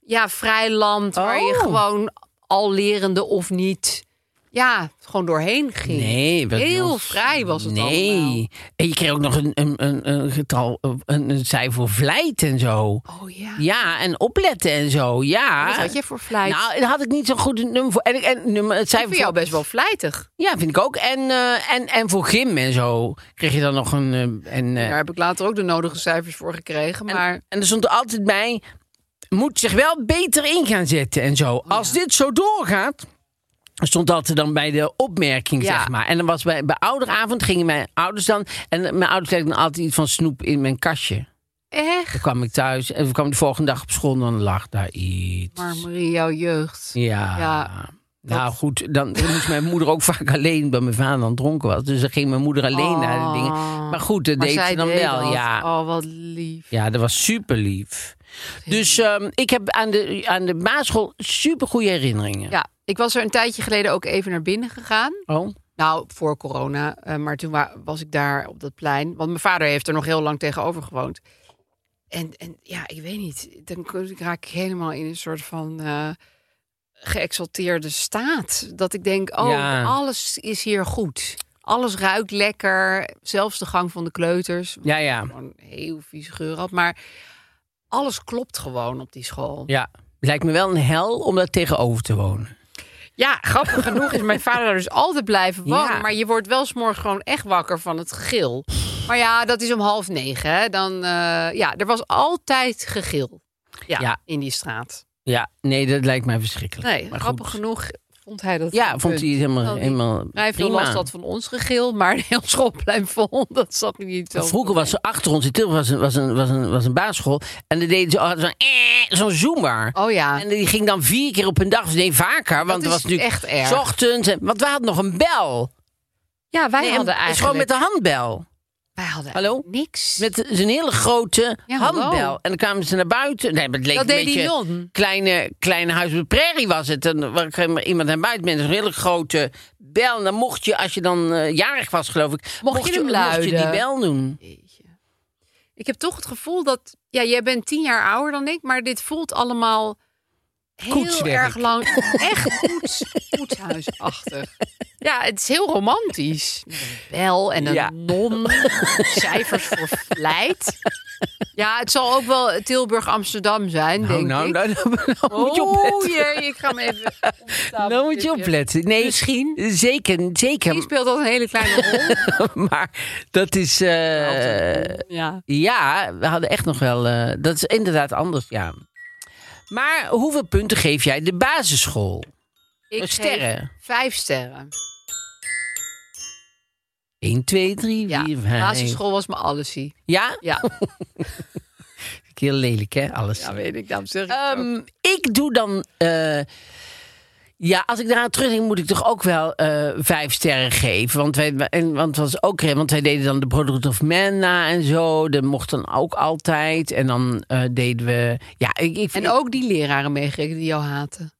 ja, vrij land... waar je
Oh.
gewoon al lerende of niet... Ja, gewoon doorheen ging.
Nee, wat-
Heel vrij was het
nee.
allemaal.
En je kreeg ook nog een, een, een, een getal, eh, een, een cijfer voor vlijt en zo.
Oh ja.
Ja, en opletten en zo, ja.
Wat had je voor vlijt?
Nou, daar had ik niet zo'n goed nummer voor. En, ik- en nummer, het
ik
cijfer
vind jou
voor-
best wel vlijtig.
Ja, vind ik ook. En, eh, en, en voor gym en zo kreeg je dan nog een... eh, en, eh,
Daar heb ik later ook de nodige cijfers voor gekregen. Maar
En er stond er altijd bij, moet zich wel beter in gaan zetten en zo. Als dit zo doorgaat, stond dat er dan bij de opmerking,
Ja.
zeg maar. En dan was bij, bij ouderavond, gingen mijn ouders dan... En mijn ouders legden dan altijd iets van snoep in mijn kastje.
echt?
Dan kwam ik thuis en dan kwam ik de volgende dag op school en dan lag daar iets.
Maar Marie, jouw jeugd.
Ja.
Ja.
Nou goed, dan moest mijn moeder ook vaak alleen, bij mijn vader dan dronken was. Dus dan ging mijn moeder alleen naar de dingen.
Oh.
Maar goed, dat
Maar
deed
zij
ze dan
deed
wel,
dat.
ja.
Oh, wat lief.
Ja, dat was super lief. Dus ehm, ik heb aan de, aan de basisschool super goede herinneringen.
Ja, ik was er een tijdje geleden ook even naar binnen gegaan.
Oh,
Nou, voor corona. eh, maar toen wa- was ik daar op dat plein. Want mijn vader heeft er nog heel lang tegenover gewoond. En, en ja, ik weet niet. Dan k- raak ik helemaal in een soort van eh, geëxalteerde staat. Dat ik denk, oh,
Ja.
alles is hier goed. Alles ruikt lekker. Zelfs de gang van de kleuters.
ja, ja.
Gewoon heel vies geur had. Maar alles klopt gewoon op die school.
Ja. Lijkt me wel een hel om daar tegenover te wonen.
Ja, grappig genoeg is mijn vader daar dus altijd blijven wonen.
Ja.
Maar je wordt wel s'morgens gewoon echt wakker van het gegil. Maar ja, dat is om half negen. Hè. Dan, eh, ja, er was altijd gegil ja,
Ja.
in die straat.
Ja, nee, dat lijkt mij verschrikkelijk.
Nee,
Maar goed.
grappig genoeg vond hij dat.
Ja, vond
punt.
hij het helemaal,
Wel, die-
helemaal
Vrij veel
prima.
last had van ons gegil, maar een heel schoolplein vol. Dat zat niet zo.
Vroeger was er achter ons in Tilburg was een, was een, was een, was een basisschool. En dan deden ze hadden zo'n eh, zo'n zoomer.
Oh ja,
En die ging dan vier keer op een dag. dus Nee, vaker. Want
is
er was natuurlijk
echt erg.
's ochtends. En, want we hadden nog een bel.
ja wij
Nee,
hadden
en- het is
eigenlijk.
Gewoon met de handbel.
Wij hadden
Hallo?
niks.
Met een hele grote
Ja, hallo.
handbel. En dan kwamen ze naar buiten. Nee, maar het leek
dat
een
deed die
beetje...
non.
Kleine, kleine huis op de prairie was het. En waar kwam er iemand naar buiten met een hele grote bel. En dan mocht je, als je dan eh, jarig was, geloof ik...
Mocht je hem
Mocht je die
luiden?
bel doen.
Ik heb toch het gevoel dat... Ja, jij bent tien jaar ouder dan ik, maar dit voelt allemaal... Heel
Koetswerk.
erg lang. Echt koets, koetshuisachtig. Ja, het is heel romantisch. Met een bel en een
Ja.
non. Cijfers voor vlijt. Ja, het zal ook wel Tilburg-Amsterdam zijn,
Nou,
denk
nou,
ik.
nou, nou, nou moet je
oh
opletten.
jee, ik ga hem even... op de tafel
Nou moet je
tikken.
opletten. Nee,
eh, Misschien.
Zeker,
Die
zeker.
speelt al een hele kleine rol.
Maar dat is... eh,
ja.
Ja, we hadden echt nog wel. eh, dat is inderdaad anders, ja. Maar hoeveel punten geef jij de basisschool?
Ik geef
sterren.
vijf sterren.
1, 2, 3,
Ja,
4, 5.
basisschool was mijn allesie.
Ja,
Ja,
heel lelijk, hè? Alles.
ja weet ik. Daarom zeg ik het ook.
Ehm, ik doe dan. eh, ja, als ik daaraan terugdenk, moet ik toch ook wel eh, vijf sterren geven. Want, wij, en, want het was ook. Want wij deden dan de Brotherhood of Man na en zo. Dat mocht dan ook altijd. En dan eh, deden we. Ja, ik, ik
En ook die leraren meegekregen die jou haten.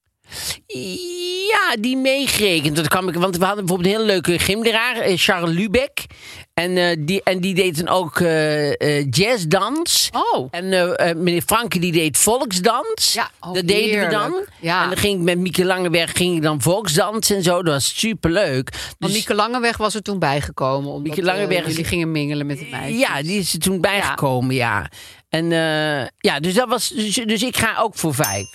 Ja, die meegerekend. Dat kwam ik, want we hadden bijvoorbeeld een hele leuke gymleraar, eh, Charles Lubeck. En, eh, die, en die deed dan ook eh, eh, jazzdans.
Oh.
En eh, eh, meneer Franke die deed volksdans.
Ja, oh,
dat deden we dan.
heerlijk. Ja.
En dan ging ik met Mieke Langeberg ging ik dan volksdans en zo. Dat was superleuk.
Want
Dus-
Mieke Langeweg was er toen bijgekomen. Omdat
Mieke
Mieke
Langewerg
Langeberg
is-
jullie gingen mingelen met het meisje.
Ja, die is er toen bijgekomen, ja. En eh, ja, dus dat was. Dus, dus ik ga ook voor vijf.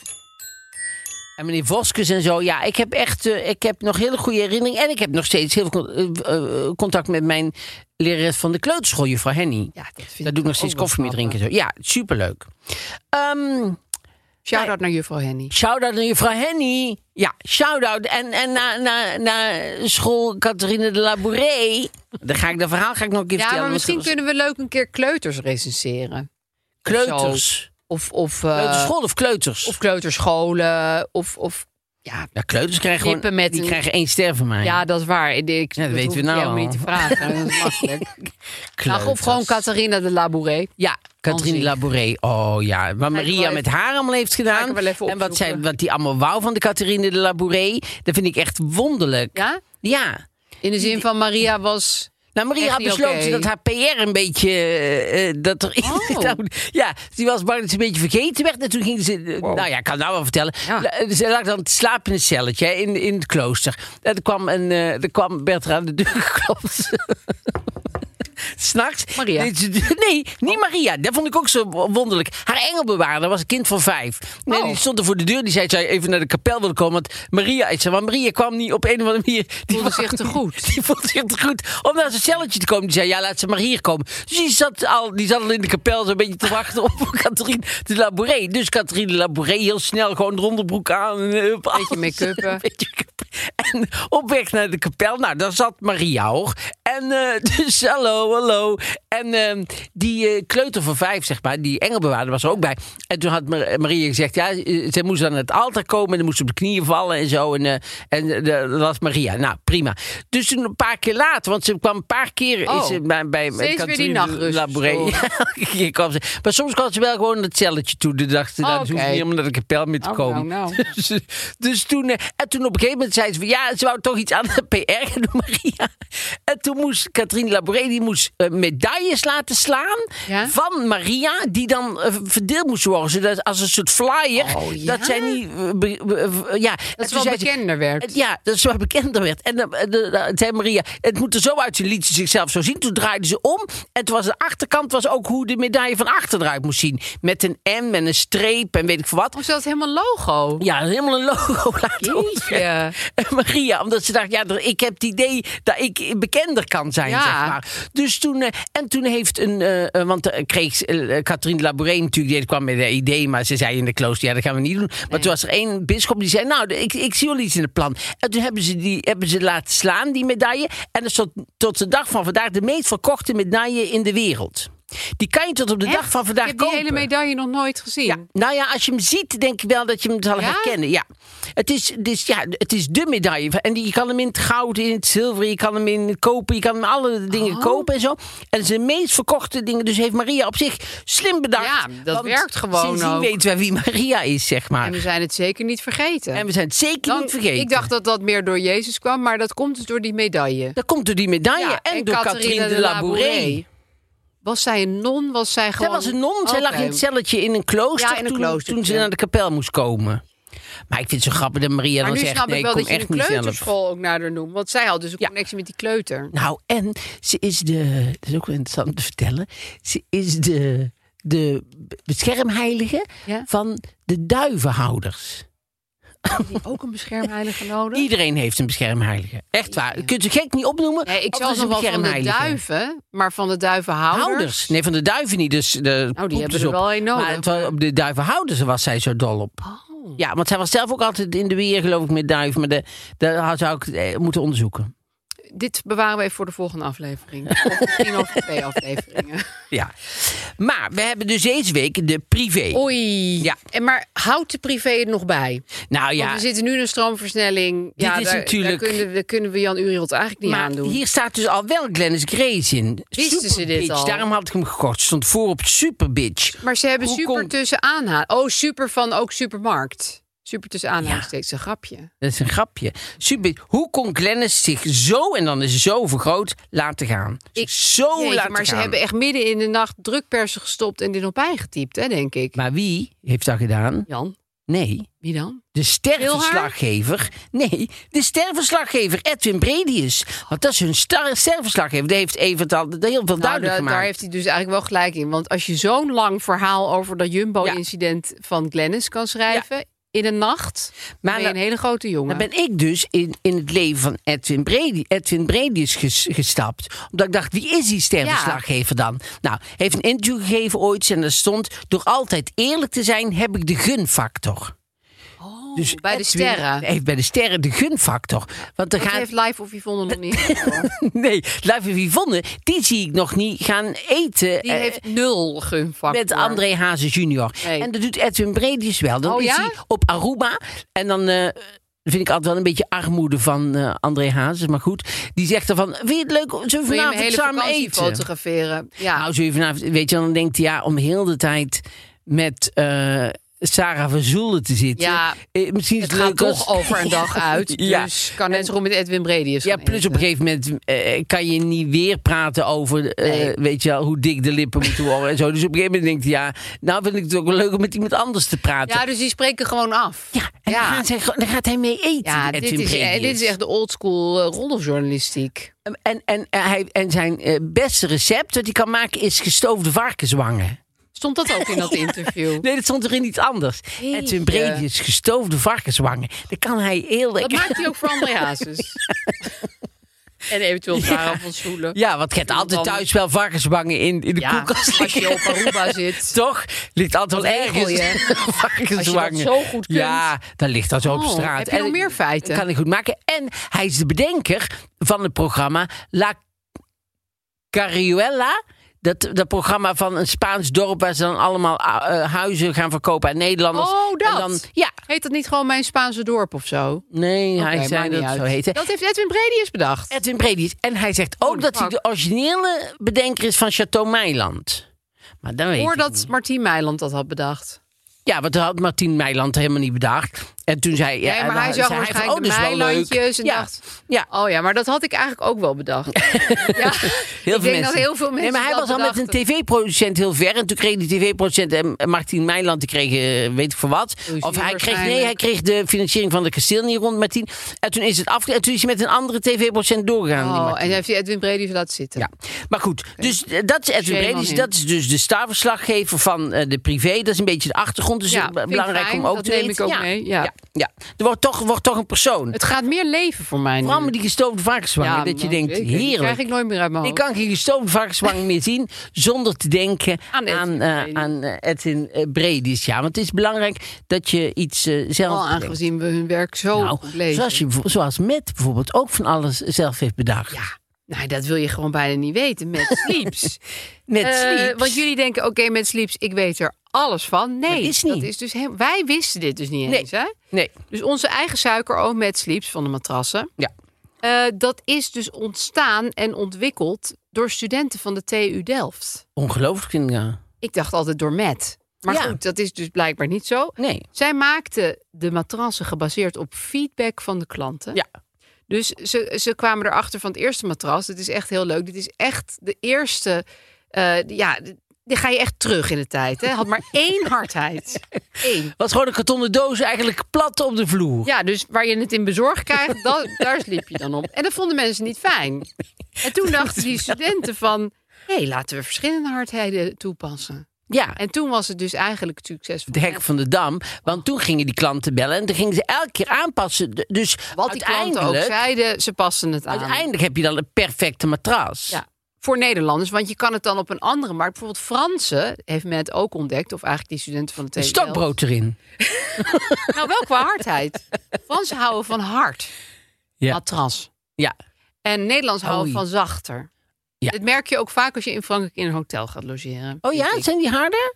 En meneer Voskes en zo. Ja, ik heb echt. eh, ik heb nog hele goede herinneringen. En ik heb nog steeds heel veel con- eh, eh, contact met mijn lerares van de kleuterschool, juffrouw Henny.
Ja, dat vind
Daar doe ik nog steeds koffie mee drinken. en Zo. Ja, superleuk. Ehm
Shout-out naar juffrouw Henny.
shout-out naar juffrouw Henny. Ja, shout-out. En, en naar na, na school Catherine de Labouré. Dan ga ik dat verhaal ga ik nog een keer
Ja,
vertellen.
maar
want
misschien
dat was-
kunnen we leuk een keer kleuters recenseren.
Kleuters.
Of, of, eh,
Kleuterschool of kleuters?
of kleuterscholen. Of, of ja,
ja, kleuters krijgen
Kippen
gewoon,
met
die
een-
krijgen één ster van mij.
ja, dat is waar. Ik, ik-
Ja, dat
dat
weten we
hoef
nou
je helemaal
al.
niet te vragen. Dat is makkelijk.
Kleuters.
Nou, of gewoon Catharina de Labouré.
Ja, Katrien
Anziek.
Labouré. Oh ja, wat
ik wel
Maria
even-
met haar allemaal heeft
Ga ik
gedaan.
wel even
en wat,
opzoeken.
zij, wat die allemaal wou van de Catherine de Labouré. Dat vind ik echt wonderlijk.
Ja?
Ja.
In de zin van Maria was...
Nou, Maria
Echt
had
niet
besloten
oké.
dat haar PR een beetje... eh, eh, dat er,
Oh.
Nou, ja, die was bang dat ze een beetje vergeten werd. En toen ging ze... eh, Nou ja, ik kan het nou wel vertellen.
Ja.
La- Ze lag dan te slapen in een celletje hè, in, in het klooster. En er kwam, een, eh, er kwam Bertha aan de deur geklopt. S'nachts.
Maria. Oh.
Nee, ze- Nee, niet Maria. Dat vond ik ook zo wonderlijk. Haar engelbewaarder was een kind van vijf. Nee,
Oh.
Die stond er voor de deur. Die zei, zou je even naar de kapel willen komen? Want Maria, ik zei, maar Maria kwam niet op een of andere manier. Die
Voelde
was-
zich te goed.
die vond zich te goed om naar zijn celletje te komen. Die zei, ja, laat ze maar hier komen. Dus die zat al, die zat al in de kapel zo'n beetje te wachten op Catherine de Labouré. Dus Catherine de Labouré heel snel gewoon de onderbroek aan. Een
Beetje make-uppen.
Beetje make-up. En op weg naar de kapel, nou, daar zat Maria hoor. En eh, dus, hallo, hallo. En ehm, die eh, kleuter van vijf, zeg maar, die engelbewaarder was er ook bij. En toen had Ma- Maria gezegd, ja, eh, zij moest aan het altaar komen... en dan moest ze op de knieën vallen en zo. En, eh, en eh, dat was Maria. Nou, prima. Dus toen een paar keer later, want ze kwam een paar keer...
Oh,
is ze bij, bij
steeds weer die
Catherine
nachtrust. Oh.
Labouré.
Zo.
Ja, elke keer kwam ze. Maar soms kwam ze wel gewoon naar het celletje toe. De dag ze
Oh,
hoeft niet
oké.
helemaal naar de kapel mee te
Oh,
komen.
nou, nou.
Dus, dus toen, eh, en toen op een gegeven moment zei ze van ja, ze wou toch iets aan de PR gaan doen, Maria. En toen moest Katrien Labouré, die moest eh, medailles laten slaan
Ja.
van Maria, die dan eh, verdeeld moest worden. Zodat als een soort flyer,
Oh, ja?
dat zij niet. eh, be- be- eh, ja. En
Dat
toen
is wel
zei ze,
bekender werd.
het- Ja, dat is wat bekender werd. En dan eh, de- de- zei Maria, het moet er zo uit, ze liet ze zichzelf zo zien. Toen draaide ze om. En toen was de achterkant was ook hoe de medaille van achter eruit moest zien. Met een M en een streep en weet ik veel wat.
Of Oh, ze had helemaal logo.
Ja, helemaal een logo laten
Jeetje.
ontwerpen. En Maria, omdat ze dacht, ja, dat- ik heb het idee dat ik bekender kan zijn,
Ja.
zeg maar. Dus toen, eh, en toen heeft een, eh, eh, want eh, kreeg eh, eh, Catherine Labouré natuurlijk, die kwam met een idee, maar ze zei in de klooster, ja, dat gaan we niet doen. Maar toen was er één bisschop die zei, nou, ik, ik zie wel iets in het plan. En toen hebben ze die hebben ze laten slaan, die medaille. En dat is tot, tot de dag van vandaag de meest verkochte medaille in de wereld. Die kan je tot op de dag
Echt?
van vandaag
Ik heb die
kopen.
hele medaille nog nooit gezien.
Ja, nou ja, als je hem ziet, denk ik wel dat je hem zal
Ja?
herkennen. Ja. Het, is, dus, ja, het is de medaille. En die, je kan hem in het goud, in het zilver, je kan hem in het kopen, je kan hem alle dingen
Oh.
kopen en zo. En zijn meest verkochte dingen. Dus heeft Maria op zich slim bedacht.
Ja, dat
Want
werkt gewoon
Sindsdien
ook.
weten wij wie Maria is, zeg maar.
En we zijn het zeker niet vergeten.
En we zijn het zeker
Dan-
niet vergeten.
Ik dacht dat dat meer door Jezus kwam, maar dat komt dus door die medaille.
dat komt door die medaille Ah, en, door
Catharina
Catherine de Labouré.
Was zij een non? Was zij gewoon...
Zij was een non. Zij lag in
Oké.
het celletje in een klooster,
Ja, in een
toen,
klooster,
toen ze
ja.
naar de kapel moest komen. Maar ik vind het zo grappig dat Maria
Maar
dan
nu
zegt...
snap
nee,
ik wel
kom
dat je
echt
de
niet zelf.
kleuterschool ook naar haar noemt. Want zij had dus een
Ja.
connectie met die kleuter.
Nou, en ze is de. Dat is ook wel interessant om te vertellen. Ze is de, de beschermheilige
Ja.
van de duivenhouders.
Had die ook een beschermheilige nodig?
Iedereen heeft een beschermheilige. Echt waar. Je kunt ze gek niet opnoemen.
Nee, ik
of
zal
het Oh, is
nog
een
wel van de
beschermheilige.
duiven, maar van de duivenhouders.
Houders. Nee, van de duiven niet. Dus de
Nou, die
poep
hebben
is
er
op.
wel een nodig.
Maar het wa- op de duivenhouders was zij zo dol op.
Oh.
Ja, want zij was zelf ook altijd in de weer, geloof ik, met duiven. Maar de- dat had- zou ik eh, moeten onderzoeken.
Dit bewaren we even voor de volgende aflevering. Of misschien over twee afleveringen.
Ja. Maar we hebben dus deze week de
Oh,
privé.
Oei.
Ja.
En maar houdt de privé het nog bij?
nou ja,
Want we zitten nu in een stroomversnelling. ja,
is
daar,
natuurlijk-
Daar kunnen, we- daar kunnen we Jan Uriot eigenlijk niet
maar
aan doen.
hier staat dus al wel Glennis Grace in.
Wisten
Super
ze dit
bitch.
al?
Daarom had ik hem gekocht. Stond voor op Super Bitch.
Maar ze hebben
Hoe
super
komt-
tussen aanhaling. Oh, super van ook supermarkt. Super tussen aanhaling steeds een grapje.
Dat is een grapje. Super Bitch. Hoe kon Glennis zich zo, en dan is ze zo vergroot, laten gaan? Zich
Ik-
zo
Jeetje,
laten
maar ze
gaan.
hebben echt midden in de nacht drukpersen gestopt en dit nog bijgetypt, hè, denk ik.
Maar wie heeft dat gedaan?
Jan,
Nee,
wie dan?
de sterverslaggever. Nee, de sterverslaggever Edwin Bredius. Want dat is hun star- sterverslaggever. Die heeft even al heel veel
Nou,
duidelijk
da-
gemaakt.
daar heeft hij dus eigenlijk wel gelijk in. Want als je zo'n lang verhaal over dat Jumbo-incident van Glennis kan schrijven... in een nacht,
Maar
maar ben je
dan-
een hele grote jongen.
Dan ben ik dus in, in het leven van Edwin, Bredi, Edwin Bredius ges- gestapt. Omdat ik dacht, wie is die sterverslaggever dan? Nou, hij heeft een interview gegeven ooit en daar stond... door altijd eerlijk te zijn heb ik de gunfactor. dus
Oh, bij de
Edwin
sterren.
Heeft bij de sterren de gunfactor. Want er
Dat
gaat...
heeft Live of Yvonne nog niet. gehoord.
Nee, Live of Yvonne, die zie ik nog niet gaan eten...
Die
eh,
heeft nul gunfactor.
met André Hazes junior.
Nee.
En dat doet Edwin Bredius wel. Dan
Oh,
is
ja?
hij op Aruba. En dan eh, vind ik altijd wel een beetje armoede van eh, André Hazes. Maar goed, die zegt ervan... Vind je het leuk om zo
Wil je mijn
vanavond
hele
samen
vakantie
eten?
fotograferen? Ja.
Nou, zo je vanavond... Weet je, dan denkt hij... Ja, om heel de tijd met... eh, Sarah van Zoelen te zitten.
Ja.
Eh, misschien is
het
het,
gaat
leuk als-
toch over een dag uit.
Ja.
Dus kan net zo goed met Edwin Bredius
Ja,
gaan
plus op een
eten.
gegeven moment eh, kan je niet weer praten over, eh,
Nee.
weet je wel, hoe dik de lippen moeten worden en zo. Dus op een gegeven moment denkt hij, ja, nou vind ik het ook wel leuk om met iemand anders te praten.
Ja, dus die spreken gewoon af.
Ja, en
Ja.
Dan, gaan zij, gewoon- dan gaat hij mee eten.
Ja, dit
Edwin
is, eh,
Bredius.
dit is echt de oldschool eh, roddeljournalistiek.
En, en, eh, hij, en zijn eh, beste recept dat hij kan maken is gestoofde varkenswangen.
Stond dat ook in dat interview?
Nee, dat stond erin iets anders.
Jeetje.
Edwin Bredius, gestoofde varkenswangen. Dat kan hij heel
Dat
lekker.
maakt hij ook voor André Hazes. En eventueel Sarah van Soelen.
Ja, want je hebt altijd
Dan-
thuis wel varkenswangen in, in de
Ja,
koelkast
als je
liggen.
op Aruba zit.
Toch? Ligt altijd wel
Dat regel
ergens.
je.
varkenswangen.
Als je dat zo goed kunt.
Ja, dan ligt dat zo op
Oh,
straat.
heb je nog
En
meer feiten?
Kan ik goed maken. En hij is de bedenker van het programma La Carriuela. Dat, dat programma van een Spaans dorp waar ze dan allemaal ah, eh, huizen gaan verkopen aan Nederlanders.
Oh, dat.
En dan, ja,
Heet dat niet gewoon mijn Spaanse dorp of zo?
nee,
Oké,
hij zei
maakt niet
dat het
uit.
zo heette.
Dat heeft Edwin Bredius bedacht.
Edwin Bredius. En hij zegt ook
Oh,
dat hij
fuck.
de originele bedenker is van Chateau Meiland. Maar dan weet ik
Voordat Martien Meiland dat had bedacht.
Ja, want dat had Martien Meiland helemaal niet bedacht. En toen zei ja,
Nee,
en
maar hij
zei
zag
van,
waarschijnlijk de
oh, dat is wel leuk.
Meilandjes en
ja,
dacht...
ja,
Oh ja, maar dat had ik eigenlijk ook wel bedacht. ja,
heel
ik
veel
denk dat
mensen.
heel veel mensen
Nee, maar hij
dat
was al met een
bedachten.
tv-producent heel ver. En toen kreeg die tv-producent en en Martien Meiland, die kreeg eh, weet ik voor wat.
Ruzie
Of hij kreeg, nee,
waarschijnlijk.
hij kreeg de financiering van de kasteel niet rond, Martien. En toen is het afge... En toen is hij met een andere tv-producent doorgegaan. die
Oh,
Martien.
en heeft hij Edwin Bredius laten zitten.
Ja, maar goed. Dus eh, dat is Edwin
Shame on
Bredius.
him.
Dat is dus de starverslaggever van eh, de privé. Dat is een beetje de achtergrond. Dus
Ja,
eh,
vind ik
belangrijk
fijn.
om ook
Dat
te
neem
weten.
ik ook
ja,
mee, ja.
ja, ja. Er wordt toch, wordt toch een persoon.
Het gaat meer leven voor mij nu.
Vooral met die gestoofde varkenswang.
Ja,
dat je
man,
denkt,
zeker. Die
heerlijk.
krijg ik nooit meer uit mijn
Ik
hoofd.
kan geen gestoofde varkenswang meer zien zonder te denken aan,
Aan
aan,
Edwin
eh,
Bredius.
aan eh, Edwin eh, Bredius. Ja, want het is belangrijk dat je iets eh, zelf
Al
bedenkt.
aangezien we hun werk zo
Nou,
goed lezen.
zoals, je, bijvoorbeeld- zoals Met bijvoorbeeld ook van alles zelf heeft bedacht.
Ja, nou, dat wil je gewoon bijna niet weten met Sleeps.
Met
Eh,
Sleeps.
want jullie denken, oké, met Sleeps, ik weet er alles van. Nee,
is niet.
dus heel- wij wisten dit dus niet
Nee.
eens. Hè?
Nee,
Dus onze eigen suikeroom met Sleeps van de matrassen...
ja.
eh, dat is dus ontstaan en ontwikkeld door studenten van de TU Delft.
Ongelooflijk, ja.
Ik dacht altijd door Matt. Maar
Ja.
goed, dat is dus blijkbaar niet zo.
Nee.
Zij maakten de matrassen gebaseerd op feedback van de klanten.
Ja.
Dus ze, ze kwamen erachter van het eerste matras. Dit is echt heel leuk. Dit is echt de eerste eh, ja, d- dan ga je echt terug in de tijd. Hè? Had maar één hardheid. Eén.
Was gewoon een kartonnen doos eigenlijk plat op de vloer.
Ja, dus waar je het in bezorgd krijgt, da- daar sliep je dan op. En dat vonden mensen niet fijn. En toen dachten die studenten van... hé, hey, laten we verschillende hardheden toepassen.
Ja,
En toen was het dus eigenlijk het succes van...
de hek van de dam. Want toen gingen die klanten bellen en toen gingen ze elke keer aanpassen. D- Dus
Wat die klanten ook
uiteindelijk,
zeiden, ze passen het aan.
uiteindelijk heb je dan een perfecte matras.
Ja. Voor Nederlanders, want je kan het dan op een andere markt. Bijvoorbeeld Fransen heeft men het ook ontdekt, of eigenlijk die studenten van de
Een
TU.
stokbrood erin.
Nou, wel qua hardheid. Fransen houden van hard.
Ja.
Matras.
Ja.
En Nederlands houden
Oei.
van zachter.
Ja.
Dat merk je ook vaak als je in Frankrijk in een hotel gaat logeren.
Oh
vind
ja,
ik.
zijn die harder?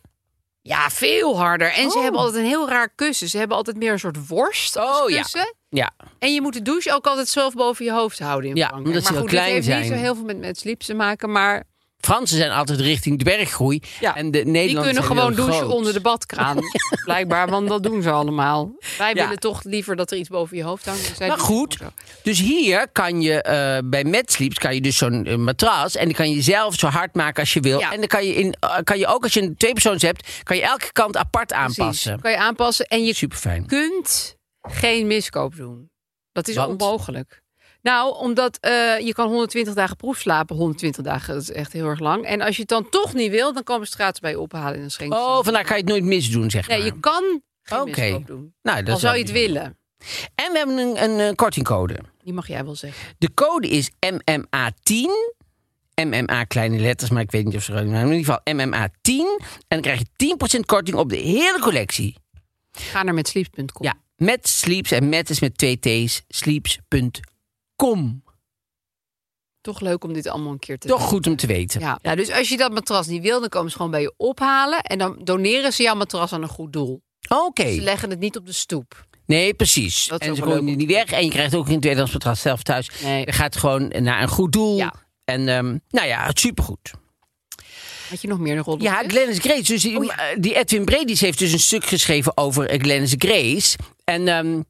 Ja, veel harder. En ze
Oh.
hebben altijd een heel raar kussen. Ze hebben altijd meer een soort worst als
Oh, ja.
kussen.
Ja.
En je moet de douche ook altijd zelf boven je hoofd houden in
Ja,
Frankrijk.
omdat ze
maar
heel
goed,
klein
dit heeft niet
zijn.
zo heel veel met, met sliep te maken. Maar
Fransen zijn altijd richting dwerggroei.
Ja.
En de
die
Nederlanders
kunnen
zijn
gewoon
heel
douchen
groot.
onder de badkraan. Blijkbaar, want dat doen ze allemaal. Wij
Ja.
willen toch liever dat er iets boven je hoofd hangt. Dus zij
Maar
doen het
goed.
gewoon zo.
Dus hier kan je eh, bij MedSleeps kan je dus zo'n eh, matras en die kan je zelf zo hard maken als je wil.
Ja.
En dan kan je, in, eh, kan je ook als je een twee persoons hebt, kan je elke kant apart
Precies.
aanpassen.
Kan je aanpassen. En je
Super fijn.
kunt geen miskoop doen. Dat is
Want?
onmogelijk. Nou, omdat eh, je kan 120 dagen proef slapen. 120 dagen, dat is echt heel erg lang. En als je het dan toch niet wil, dan komen straat bij je ophalen in een schenkstand.
Oh, vandaar kan je het nooit misdoen, zeg maar.
Nee, je kan geen
Oké.
miskoop doen.
nou, dat
Al
is
zou
wel
je het
lief.
willen.
En we hebben een, een eh, kortingcode.
Die mag jij wel zeggen.
De code is MMA10. MMA kleine letters, maar ik weet niet of ze groot zijn. Maar In ieder geval MMA10. En dan krijg je 10% korting op de hele collectie.
Ga naar met sleeps.com.
Ja, met Sleeps en met is met twee T's. Sleeps.com.
Toch leuk om dit allemaal een keer te
Toch goed om te weten.
Ja. ja, dus als je dat matras niet wil, dan komen ze gewoon bij je ophalen. En dan doneren ze jouw matras aan een goed doel.
Oké.
Ze leggen het niet op de stoep.
Nee, precies.
Dat is
En
ook
ze
wel
gooien
leuk
het
om
niet
te
weg. En je krijgt ook geen tweedehands matras zelf thuis.
Nee.
Je gaat gewoon naar een goed doel.
Ja.
En ehm, nou ja, het supergoed.
Had je nog meer een rol?
Ja, Glennis Grace. Dus die, eh, die Edwin Bredis heeft dus een stuk geschreven over eh, Glennis Grace. En ehm,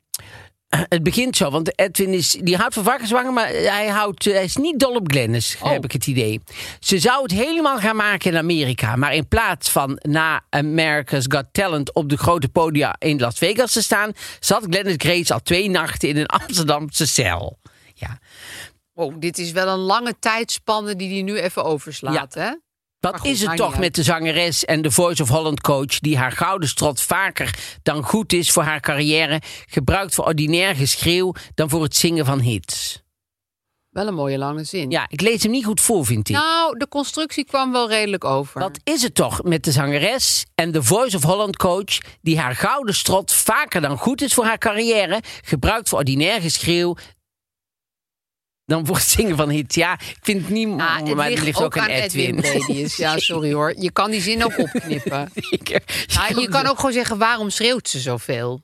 het begint zo, want Edwin is, die houdt van varkenswangen, maar hij, houdt, eh, hij is niet dol op Glennis, heb ik het idee. Ze zou het helemaal gaan maken in Amerika, maar in plaats van na America's Got Talent op de grote podia in Las Vegas te staan, zat Glennis Grace al twee nachten in een Amsterdamse cel. Ja.
Wow, oh, dit is wel een lange tijdspanne die die nu even overslaat, hè?
Wat
Maar goed,
is het
maakt
toch
niet uit.
met de zangeres en de Voice of Holland coach die haar gouden strot vaker dan goed is voor haar carrière gebruikt voor ordinair geschreeuw dan voor het zingen van hits?
Wel een mooie lange zin.
Ja, ik lees hem niet goed voor, vind ik.
Nou, de constructie kwam wel redelijk over.
Wat is het toch met de zangeres en de Voice of Holland coach die haar gouden strot vaker dan goed is voor haar carrière gebruikt voor ordinair geschreeuw dan voor het zingen van hits? Ja, ik vind het niet
Ah,
mooi, Oh, maar het ligt ook aan Edwin.
Bedius. Ja, sorry hoor. Je kan die zin ook opknippen.
Ja,
Maar Nou, je kan ook gewoon zeggen, waarom schreeuwt ze zoveel?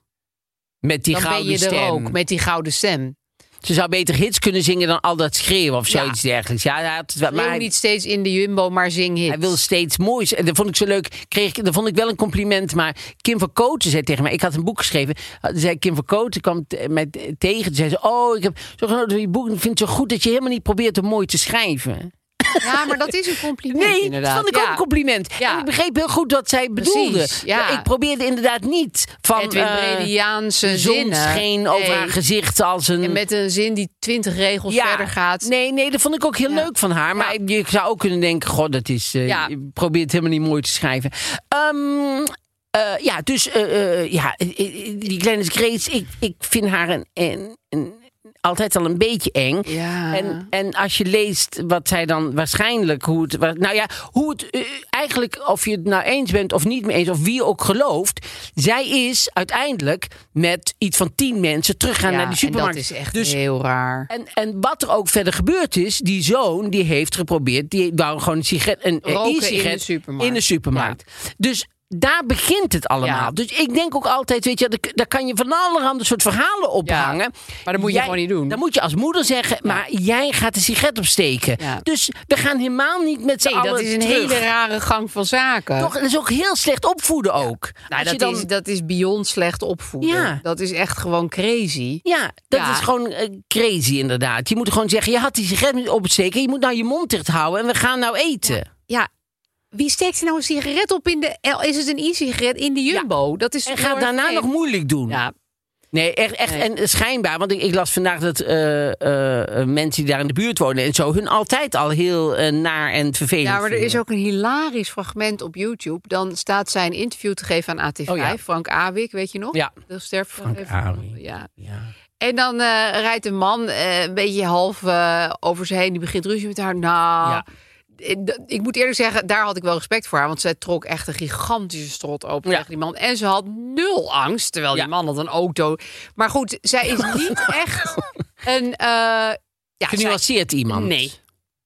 met die
dan ben
gouden
je er
stem.
ook, met die gouden stem.
Ze zou beter hits kunnen zingen dan al dat schreeuwen of
Ja.
zoiets dergelijks. Ja, hij had het wel- maar
Maar
hij,
niet steeds in de jumbo, maar zing hits.
hij wil steeds moois. En dat vond ik zo leuk. Kreeg, ik- dat vond ik wel een compliment. Maar Kim van Kooten zei tegen mij... Ik had een boek geschreven. Had- Zei Kim van Kooten kwam t- mij t- tegen. Toen zei ze... Oh, ik heb zo genoten van je boek. En ik vind het zo goed dat je helemaal niet probeert om mooi te schrijven.
Ja, maar dat is een compliment
Nee,
inderdaad.
dat vond ik
ja.
ook een compliment.
Ja.
En ik begreep heel goed wat zij bedoelde.
ja.
Ik probeerde inderdaad niet van...
Edwin
eh,
Brediaanse
de zon
zinnen.
scheen over
Nee.
haar gezicht als een...
En met een zin die twintig regels verder gaat.
Nee, nee, dat vond ik ook heel
Ja.
leuk van haar. Maar je zou ook kunnen denken: god, dat is. eh,
Ja.
Je probeert het helemaal niet mooi te schrijven. Ehm, eh, ja, dus eh, eh, ja, eh, eh, die Glennis Grace, ik, ik vind haar een, een, een- altijd al een beetje eng.
Ja.
En, en als je leest wat zij dan waarschijnlijk, hoe het, wa- nou ja, hoe het eh, eigenlijk, of je het nou eens bent of niet mee eens, of wie ook gelooft, zij is uiteindelijk met iets van tien mensen teruggaan
Ja,
naar die
en dat
supermarkt.
is echt
dus
heel raar.
en, en wat er ook verder gebeurd is, die zoon die heeft geprobeerd, die wou gewoon een sigaret, een eh,
Roken in
e-sigaret
de supermarkt.
in de supermarkt. Dus daar begint het allemaal.
Ja.
Dus ik denk ook altijd, weet je, daar- daar kan je van allerhande soort verhalen ophangen.
maar dat moet je
Jij-
gewoon niet doen.
Dat moet je als moeder zeggen, maar jij gaat de sigaret opsteken.
Ja.
Dus we gaan helemaal niet met z'n
Nee,
allen
dat is een
terug.
hele rare gang van zaken.
Toch, dat is ook heel slecht opvoeden ook.
nou,
Als
dat,
je dan-
is, dat is beyond slecht opvoeden.
Ja.
Dat is echt gewoon crazy.
Ja, dat
Ja.
is gewoon eh, crazy inderdaad. Je moet gewoon zeggen, je had die sigaret niet opsteken. Je moet nou je mond dicht houden en we gaan nou eten.
Ja, Wie steekt er nou een sigaret op in de... Is het een e-sigaret in de Jumbo? Dat is
En
heel
gaat
erg
daarna
vreemd.
nog moeilijk doen.
Ja,
Nee, echt. echt
Nee.
En schijnbaar, want ik, ik las vandaag dat eh, eh, eh, mensen die daar in de buurt wonen en zo, hun altijd al heel eh, naar en vervelend.
Ja, maar er is
vinden.
ook een hilarisch fragment op YouTube. Dan staat zij een interview te geven aan AT5.
Oh ja.
Frank Awik, weet je nog?
Ja.
De sterf
Frank Awik.
Ja.
Ja.
En dan eh, rijdt een man eh, een beetje half eh, over ze heen. Die begint ruzie met haar. Nou,
Ja.
eh, d- ik moet eerlijk zeggen, daar had ik wel respect voor haar. Want zij trok echt een gigantische strot open
Ja.
tegen die man. En ze had nul angst, terwijl
Ja.
die man had een auto. Maar goed, zij is niet echt een... eh ja, zij-
Genuanceerd iemand.
Nee.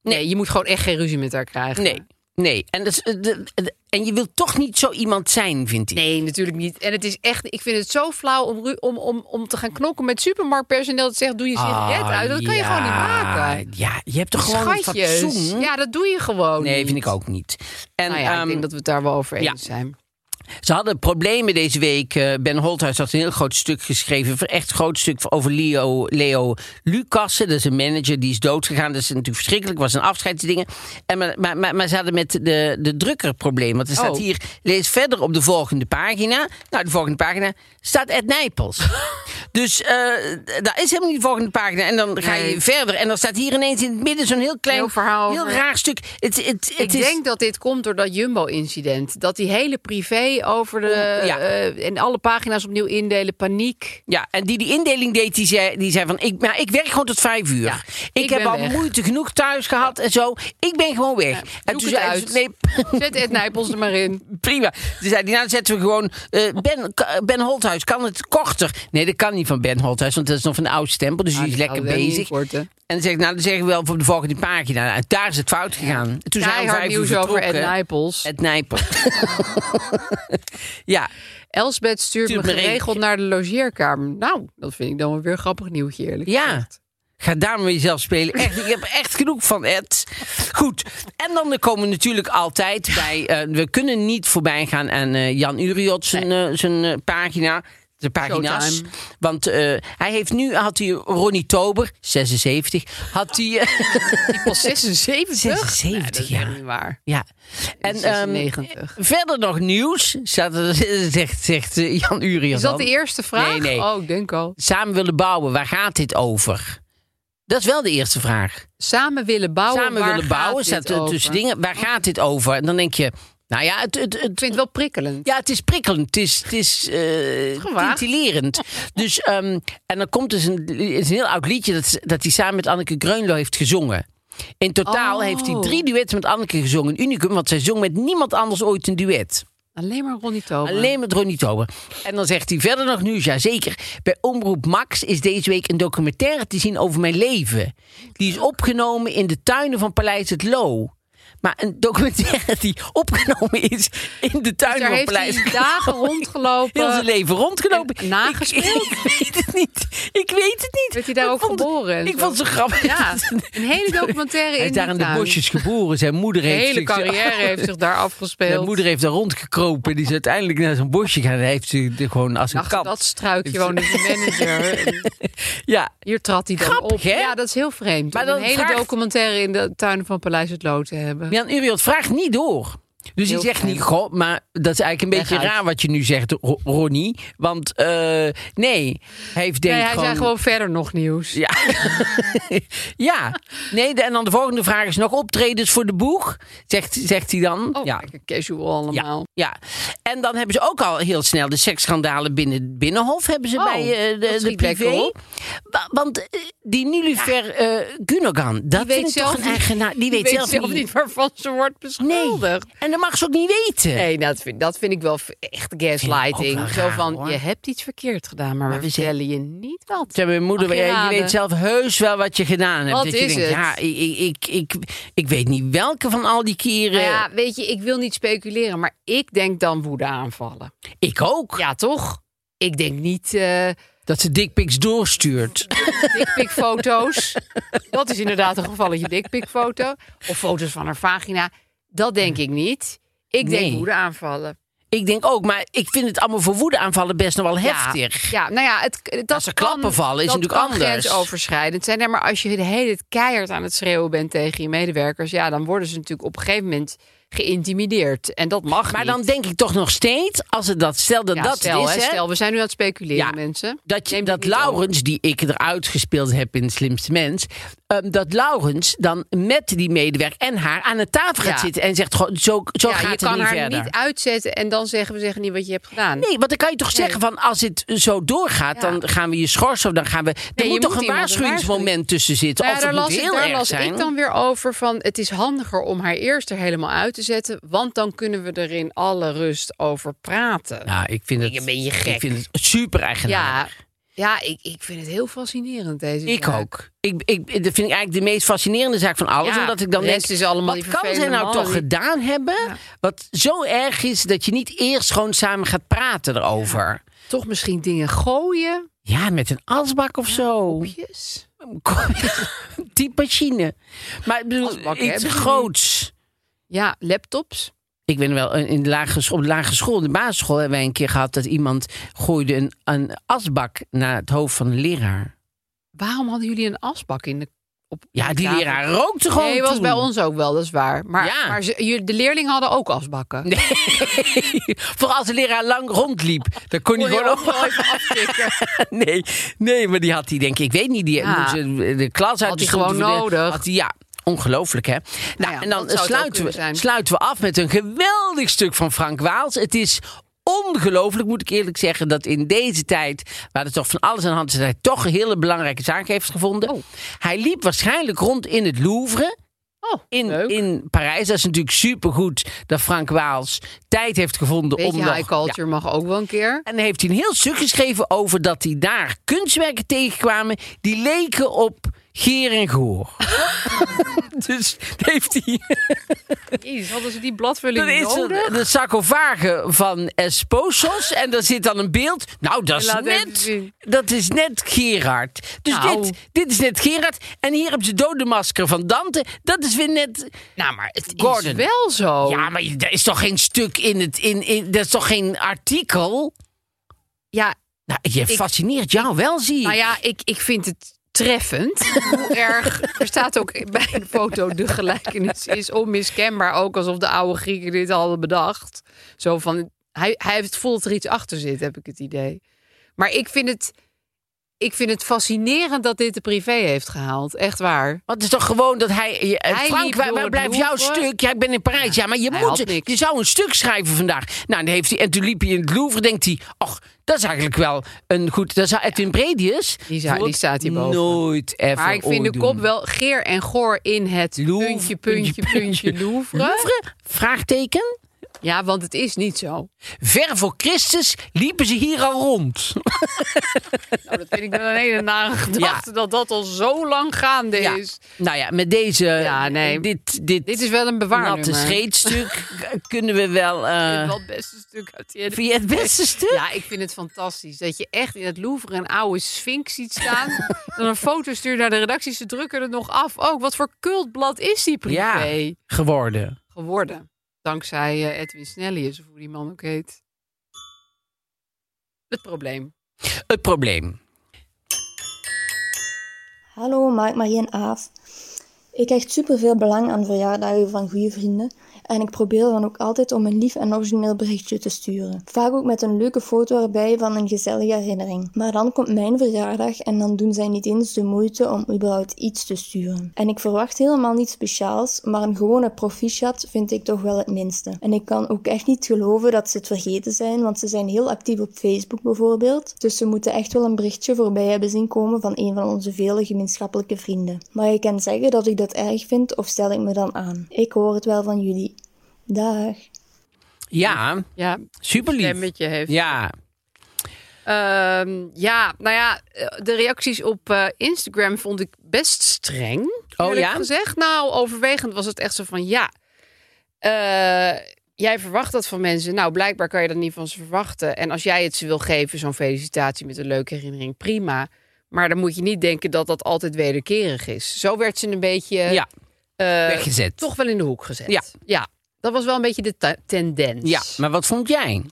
nee, je moet gewoon echt geen ruzie met haar krijgen.
Nee. Nee. En, dat is, eh, de- de- en je wilt toch niet zo iemand zijn, vindt hij.
Nee, natuurlijk niet. En het is echt, ik vind het zo flauw om, ru- om, om, om te gaan knokken met supermarktpersoneel. Dat zegt, doe je sigaret
Ah,
uit. Dat kan je
ja.
gewoon niet maken.
Ja, je hebt toch gewoon een
Schatjes.
fatsoen?
Ja, dat doe Oh, je gewoon.
Nee, vind
niet.
ik ook niet. En
nou ja,
ehm,
ik denk dat we het daar wel over eens
ja.
zijn.
ze hadden problemen deze week. Eh, ben Holthuis had een heel groot stuk geschreven. Een echt groot stuk over Leo, Leo Lucassen. Dat is een manager die is doodgegaan. Dat is natuurlijk verschrikkelijk. was een afscheidsdingen. En, maar, maar, maar, maar ze hadden met de, de drukker probleem. Want er staat
Oh.
hier... Lees verder op de volgende pagina. Nou, de volgende pagina staat Ed Nijpels. dus eh daar is helemaal niet de volgende pagina. En dan ga je
Nee.
verder. En dan staat hier ineens in het midden zo'n heel klein...
Heel verhaal
heel
over-
raar stuk. Het, het, het
Ik
is...
denk dat dit komt door dat Jumbo-incident. Dat die hele privé over de...
Ja.
eh, en alle pagina's opnieuw indelen, paniek.
Ja, en die die indeling deed, die zei, die zei van... Ik, maar ik werk gewoon tot vijf uur.
Ja,
ik,
ik
heb
ben
al
weg.
moeite genoeg thuis gehad en zo. Ik ben gewoon weg. en
zoek het
zei
uit.
ze, nee,
Zet Ed Nijpels er maar in.
prima. Toen zei hij, nou dan zetten we gewoon... eh, ben, K- ben Holthuis, kan het korter? Nee, dat kan niet van Ben Holthuis, want dat is nog van de oude stempel. Dus
Ah,
die is
die
lekker
oude
bezig.
inkorten.
En dan zeg ik, nou dan zeggen we wel voor de volgende pagina. Nou, daar is het fout gegaan. En Toen zijn we om
Keihard
vijf uur
nieuws over Ed
vertrokken.
Nijpels.
Het Nijpel. ja,
Elsbeth stuurt
Stuurt
me
me
geregeld naar de logeerkamer. Nou, dat vind ik dan wel weer een grappig nieuwtje, eerlijk
Ja.
gezegd.
Ga daar maar jezelf spelen. Echt, ik heb echt genoeg van Ed. Goed. En dan komen we natuurlijk altijd bij... eh, we kunnen niet voorbij gaan aan eh, Jan Uriot zijn, eh, zijn eh, pagina. De pagina's.
Showtime.
Want eh, hij heeft nu... Had hij Ronnie Tober, 76. Had hij... eh,
Die pas 76?
76,
Nee, dat is
ja.
echt niet waar.
ja. En, ehm,
96.
verder nog nieuws. staat er- Zegt, zegt eh, Jan Uriot.
is dat
dan.
de eerste vraag?
Nee, nee.
Oh, ik denk al.
Samen willen bouwen. Waar gaat dit over? Dat is wel de eerste vraag.
Samen willen bouwen.
samen
Oh, waar
willen
gaat
bouwen.
dit
Staat er
over? Oh.
tussen dingen. Waar gaat dit over? En dan denk je, nou ja, het, het, het,
Ik vind het wel prikkelend.
ja, het is prikkelend. Het is, het is eh,
Gewaagd.
tintelerend. Dus, ehm, en dan komt dus een, is een heel oud liedje dat, dat hij samen met Anneke Greunlo heeft gezongen. In totaal
Oh.
heeft hij drie duetten met Anneke gezongen. Een unicum, want zij zong met niemand anders ooit een duet.
Alleen maar Ronnie Tober.
Alleen met Ronnie Tober. En dan zegt hij verder nog nieuws. Jazeker, bij Omroep Max is deze week een documentaire te zien over mijn leven. Die is opgenomen in de tuinen van Paleis het Loo. Maar een documentaire die opgenomen is in de tuinen
Dus Daar
van
heeft
Paleis
hij
het Loo.
dagen rondgelopen.
Heel zijn leven rondgelopen.
en nagespeeld.
Ik, ik weet het niet. Ik weet het niet.
Werd hij daar
Ik
ook
vond het-
geboren en
Ik
zo?
vond ze grappig.
Ja, een hele documentaire
Hij
in
is daar
die
in de
tuin.
bosjes geboren. Zijn moeder
De
heeft
hele
zich-
carrière heeft zich daar afgespeeld.
Mijn moeder heeft daar rondgekropen. Die is uiteindelijk naar zo'n bosje gaan. En heeft ze er gewoon als een
Ach,
kat.
dat struikje woonde de manager. En
Ja,
Hier trad hij dan
Grappig,
op.
hè?
Ja, dat is heel vreemd.
Maar
Maar dan
dan
een hele
vraagt-
documentaire in de tuin van Paleis het Loo te hebben.
Jan Uriot vraagt niet door. Dus
Heel
hij zegt
fijn.
niet, goh, maar dat is eigenlijk een
Leg
beetje
uit.
raar wat je nu zegt, Ro- Ronnie. Want eh, nee, hij heeft denk
nee,
ik
hij zei gewoon verder nog nieuws.
Ja. ja. Nee, de- en dan de volgende vraag is nog optredens voor de boeg, zegt, zegt hij dan.
Oh,
ja.
lekker casual allemaal.
Ja, en dan hebben ze ook al heel snel de seksschandalen binnen Binnenhof hebben ze
Oh,
bij eh,
dat
de, de
schiet
privé.
lekker op.
Wa- Want eh, die Nulliver eh Gunogan, dat
weet
vind ik
zelf
toch een
niet-
eigenaar. Die, weet zelf, niet.
waarvan ze wordt beschuldigd. Nee.
En dat mag ze ook niet weten.
Nee, nou, dat, vind, dat vind ik wel v- echt
Vind ik ook
gaslighting.
wel
Zo
raar,
van,
hoor.
je hebt iets verkeerd gedaan, maar, we
we zeggen-
vertellen je niet wat.
Zei mijn moeder,
Mag je
ja, je
raden?
weet zelf heus wel wat je gedaan hebt.
Wat
dat je
is
denkt,
het?
Ja, ik, ik, ik, ik weet niet welke van al die keren.
Nou ja, weet je, ik wil niet speculeren, maar ik denk dan woede aanvallen.
Ik ook.
Ja, toch? Ik denk niet... eh,
Dat ze dickpics doorstuurt.
dikpikfoto's. dat is inderdaad een gevalletje dikpikfoto. Of foto's van haar vagina. Dat denk ik niet. Ik denk
Nee.
woede aanvallen.
ik denk ook, maar ik vind het allemaal voor woedeaanvallen best nog wel heftig.
Ja, ja, nou ja, het, dat
Als er klappen vallen, is
dat
het natuurlijk
kan
anders.
grensoverschrijdend zijn. Nee, maar als je de hele tijd keihard aan het schreeuwen bent tegen je medewerkers... ja, dan worden ze natuurlijk op een gegeven moment geïntimideerd. En dat mag
Maar
niet.
dan denk ik toch nog steeds, als het dat, stel dat
Ja,
dat
stel,
is,
hè,
hè,
stel, we zijn nu aan het speculeren,
Ja,
mensen.
dat, je,
Neem
dat
dit niet over.
Laurens, die ik eruit gespeeld heb in Slimste Mens, ehm, dat Laurens dan met die medewerker en haar aan de tafel gaat
Ja.
zitten en zegt, "Goh, zo, zo
Ja,
gaat
je
het
kan
niet
haar
verder.
niet uitzetten en dan zeggen we zeggen niet wat je hebt gedaan.
Nee, want dan kan je toch
Nee.
zeggen van als het zo doorgaat,
Ja.
dan gaan we je schorsen of dan gaan we. Er
Nee, je
moet toch
moet
een
iemand een
waarschuwingsmoment
waarschuwing-
tussen zitten.
Nou
of
ja,
het
daar
moet
las, ik,
heel
daar
erg
las
zijn.
ik dan weer over van het is handiger om haar eerst er helemaal uit te zetten, want dan kunnen we er in alle rust over praten.
Ja, ik vind het.
Je bent je
Ik
gek.
vind het super
Ja,
eigenaardig.
ja ik, ik vind het heel fascinerend deze
ik
zaak.
ook. Ik, ik, dat vind ik eigenlijk de meest fascinerende zaak van alles.
Ja,
omdat ik dan
de
denk,
rest is allemaal
wat
die
kan zij
vervelende
nou
mannen
toch
die-
gedaan hebben? Wat zo erg is dat je niet eerst gewoon samen gaat praten erover.
Toch misschien dingen gooien.
Ja, met een asbak of zo.
Kopjes.
Die machine. Maar ik bedoel,
Asbak
iets
hebben ze
groots.
Ja, laptops.
Ik ben wel eh, in de lagere school, op de lagere school, in de basisschool hebben wij een keer gehad dat iemand gooide een, een asbak naar het hoofd van een leraar.
Waarom hadden jullie een asbak in de op
Ja,
op
die
tafel?
leraar rookte gewoon.
Nee, was
toen.
bij ons ook wel, dat is waar. Maar,
Ja.
maar ze, jullie- de leerlingen hadden ook asbakken.
Nee. Vooral als de leraar lang rondliep, dan kon hij
Kon je
gewoon
ook
op.
wel even aftikken.
Nee, nee, maar die had hij, denk ik, ik weet niet, die
Ja.
moest, eh, de klas uit
Had
de
hij
stoel
gewoon
voor de-
nodig.
Had hij, ja, ongelooflijk hè. Nou,
ja,
en
dat
dan
zou het ook
sluiten
kunnen
we,
zijn.
sluiten we af met een geweldig stuk van Frank Waals. Het is ongelooflijk, moet ik eerlijk zeggen, dat in deze tijd, waar er toch van alles aan de hand is, dat hij toch een hele belangrijke zaak heeft gevonden. Hij liep waarschijnlijk rond in het Louvre.
Oh,
In,
leuk.
in Parijs. Dat is natuurlijk supergoed dat Frank Waals tijd heeft gevonden om
Beetje
nog...
high
Ja,
culture mag ook wel een keer.
en dan heeft hij een heel stuk geschreven over dat hij daar kunstwerken tegenkwamen. die leken op Geer en Goor. dus heeft hij.
Jezus, hadden ze die
Dan
bladvulling
is er
nodig?
de sarcophage van Esposos. en daar zit dan een beeld. Nou, dat is
laat even
net.
zien.
Dat is net Gerard. Dus
Nou.
dit, dit is net Gerard. En hier op de dodenmasker van Dante. Dat is weer net.
Nou, maar het
Gordon.
is wel zo.
Ja, maar er is toch geen stuk in het. In, in, dat is toch geen artikel?
Ja,
Nou, je fascineert jou wel, zie ik.
nou ja, ik, ik vind het treffend. Hoe erg. Er staat ook bij de foto de gelijkenis is onmiskenbaar. Ook alsof de oude Grieken dit hadden bedacht. Zo van. Hij, hij heeft, voelt dat er iets achter zit, heb ik het idee. Maar ik vind het. Ik vind het fascinerend dat dit de privé heeft gehaald. Echt waar.
Want het is toch gewoon dat hij... je- eh,
Hij
Frank,
liep
waar,
door
waar
het
blijft jouw
Louvre.
stuk? Ja, ik ben in Parijs. Ja, maar je,
hij
moet,
had
je
niks.
zou een stuk schrijven vandaag. Nou, dan heeft hij, en toen liep hij in het Louvre. denkt hij, och, dat is eigenlijk wel een goed... Dat zou Edwin Bredius...
Die zou- die
bijvoorbeeld
staat hierboven.
Nooit even
Maar ik vind de
opdoen.
kop wel geer en goor in het
Louvre,
puntje, puntje, puntje, Louvre.
Louvre? Vraagteken?
Ja, want het is niet zo.
Ver voor Christus liepen ze hier al rond.
Nou, dat vind ik wel een hele nare gedachte dat dat al zo lang gaande
Ja.
is.
Nou ja, met deze... eh,
Ja, nee.
Dit, dit,
Dit is wel een bewaarnummer.
natte scheetstuk kunnen we wel... eh,
wel het beste stuk uit die hele-
Via het beste stuk?
Ja, ik vind het fantastisch dat je echt in het Louvre een oude sphinx ziet staan. dan een foto stuurt naar de redactie, ze drukken het nog af. Ook wat voor cultblad is die privé
Ja. geworden.
geworden? Dankzij eh, Edwin Snellius, of hoe die man ook heet. Het probleem.
Het probleem.
Hallo, maak maar geen aaf. Ik hecht superveel belang aan verjaardagen van goede vrienden en ik probeer dan ook altijd om een lief en origineel berichtje te sturen. Vaak ook met een leuke foto erbij van een gezellige herinnering. Maar dan komt mijn verjaardag en dan doen zij niet eens de moeite om überhaupt iets te sturen. En ik verwacht helemaal niets speciaals, maar een gewone proficiat vind ik toch wel het minste. En ik kan ook echt niet geloven dat ze het vergeten zijn, want ze zijn heel actief op Facebook bijvoorbeeld. Dus ze moeten echt wel een berichtje voorbij hebben zien komen van een van onze vele gemeenschappelijke vrienden. Maar je kan zeggen dat ik dat erg vind of stel ik me dan aan. Ik hoor het wel van jullie. Dag.
Ja,
Ja,
super lief.
stemmetje heeft.
Ja,
Ehm, ja, nou ja, eh, de reacties op eh, Instagram vond ik best streng.
Oh,
eerlijk
ja?
Gezegd. Nou, overwegend was het echt zo van ja. eh, jij verwacht dat van mensen. Nou, blijkbaar kan je dat niet van ze verwachten. En als jij het ze wil geven, zo'n felicitatie met een leuke herinnering, prima. Maar dan moet je niet denken dat dat altijd wederkerig is. Zo werd ze een beetje
ja,
eh,
weggezet.
toch wel in de hoek gezet.
Ja.
ja, dat was wel een beetje de te- tendens.
Ja, maar wat vond jij?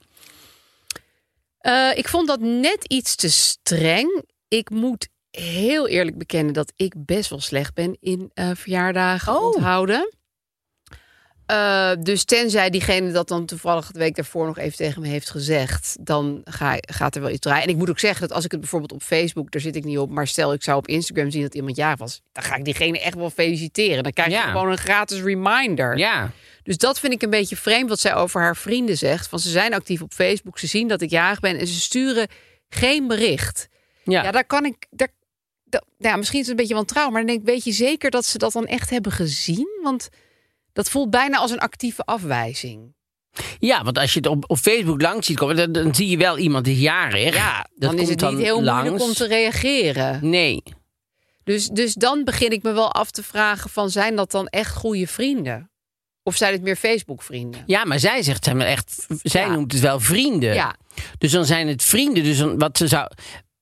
Eh, ik vond dat net iets te streng. Ik moet heel eerlijk bekennen dat ik best wel slecht ben in eh, verjaardagen
Oh.
onthouden. Eh, dus tenzij diegene dat dan toevallig de week daarvoor nog even tegen me heeft gezegd, dan ga, gaat er wel iets draaien. En ik moet ook zeggen dat als ik het bijvoorbeeld op Facebook, daar zit ik niet op, maar stel ik zou op Instagram zien dat iemand jarig was, dan ga ik diegene echt wel feliciteren. Dan krijg je
Ja.
gewoon een gratis reminder.
Ja.
Dus dat vind ik een beetje vreemd wat zij over haar vrienden zegt. Van ze zijn actief op Facebook, ze zien dat ik jarig ben en ze sturen geen bericht.
Ja.
Ja, daar kan ik. Daar, da- nou ja, misschien is het een beetje wantrouwen, maar dan denk ik, weet je zeker dat ze dat dan echt hebben gezien? Want dat voelt bijna als een actieve afwijzing.
ja, want als je het op, op Facebook langs ziet komen, dan, dan zie je wel iemand die is jarig.
Ja,
dat
dan is
komt
het niet
dan
heel
langs.
moeilijk om te reageren.
Nee.
Dus, dus dan begin ik me wel af te vragen: van zijn dat dan echt goede vrienden? Of zijn het meer Facebook-vrienden?
Ja, maar zij zegt, zijn wel echt, zij
Ja.
noemt het wel vrienden.
Ja,
Dus dan zijn het vrienden. Dus dan, wat, ze zou,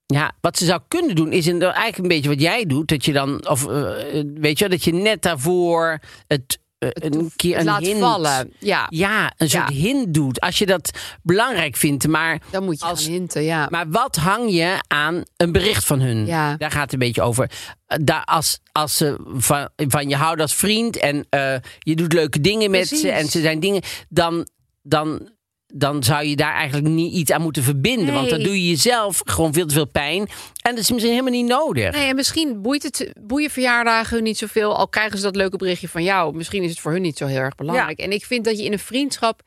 ja, wat ze zou kunnen doen, is in- eigenlijk een beetje wat jij doet. Dat je dan, of eh, eh, weet je, wel, dat je net daarvoor het, eh, een keer
het
een
laat
hint-
vallen. Ja,
Ja, een soort
Ja.
hint doet. Als je dat belangrijk vindt, maar.
dan moet je
Als-
gaan hinten. Ja.
Maar wat hang je aan een bericht van hun?
Ja.
Daar gaat het een beetje over. Eh, Daar, als, als ze van, van je houden als vriend en eh, je doet leuke dingen met ze
Precies.
en ze zijn dingen, dan, dan, dan zou je daar eigenlijk niet iets aan moeten verbinden. Want dan
Nee.
doe je jezelf gewoon veel te veel pijn. En dat is misschien helemaal niet nodig.
Nee, en misschien boeit het, boeien verjaardagen hun niet zoveel. Al krijgen ze dat leuke berichtje van jou. Misschien is het voor hun niet zo heel erg belangrijk. En ik vind dat je in een vriendschap...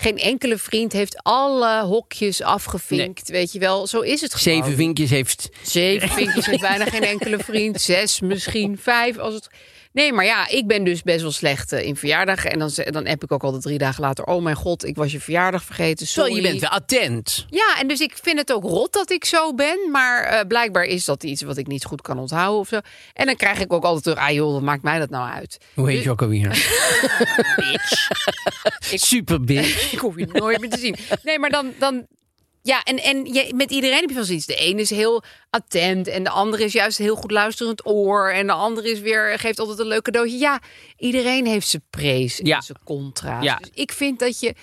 Geen enkele vriend heeft alle hokjes afgevinkt. Weet je wel, zo is het gewoon.
Zeven vinkjes heeft.
Zeven vinkjes heeft bijna geen enkele vriend. Zes, misschien vijf. Als het... Nee, maar ja, ik ben dus best wel slecht eh, in verjaardagen. En dan, ze- dan app ik ook al de drie dagen later... Oh mijn god, ik was je verjaardag vergeten. Sorry.
Sorry, Oh, je bent wel attent.
Ja, en dus ik vind het ook rot dat ik zo ben. Maar eh, blijkbaar is dat iets wat ik niet goed kan onthouden of zo. En dan krijg ik ook altijd terug, ah joh, wat maakt mij dat nou uit?
Hoe heet je ook alweer? Super bitch.
Ik hoef je nooit meer te zien. Nee, maar dan... dan ja, en, en je, met iedereen heb je wel zoiets. De ene is heel attent en de andere is juist heel goed luisterend oor. En de andere is weer, geeft altijd een leuk cadeautje. Ja, iedereen heeft zijn prees en
Ja.
zijn contra's.
Ja.
Dus ik vind dat je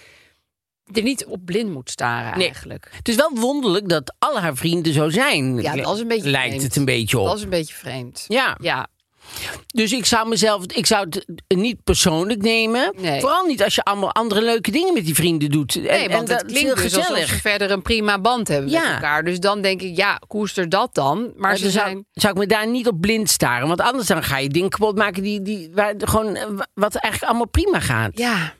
er niet op blind moet staren
Nee.
eigenlijk.
Het is wel wonderlijk dat al haar vrienden zo zijn.
Ja, dat is een beetje
Lijkt
vreemd.
het een beetje op.
Dat is een beetje vreemd.
Ja,
Ja,
dus ik zou mezelf, ik zou het niet persoonlijk nemen.
Nee.
Vooral niet als je allemaal andere leuke dingen met die vrienden doet. En,
Nee, want
en
het klinkt dus alsof ze verder een prima band hebben met
Ja.
elkaar. Dus dan denk ik, ja, koester dat dan. Maar,
Maar
ze
dan
zijn...
zou, zou ik me daar niet op blind staren. Want anders dan ga je dingen kapot maken die, die, waar, gewoon, eh, wa- wat eigenlijk allemaal prima gaat.
Ja,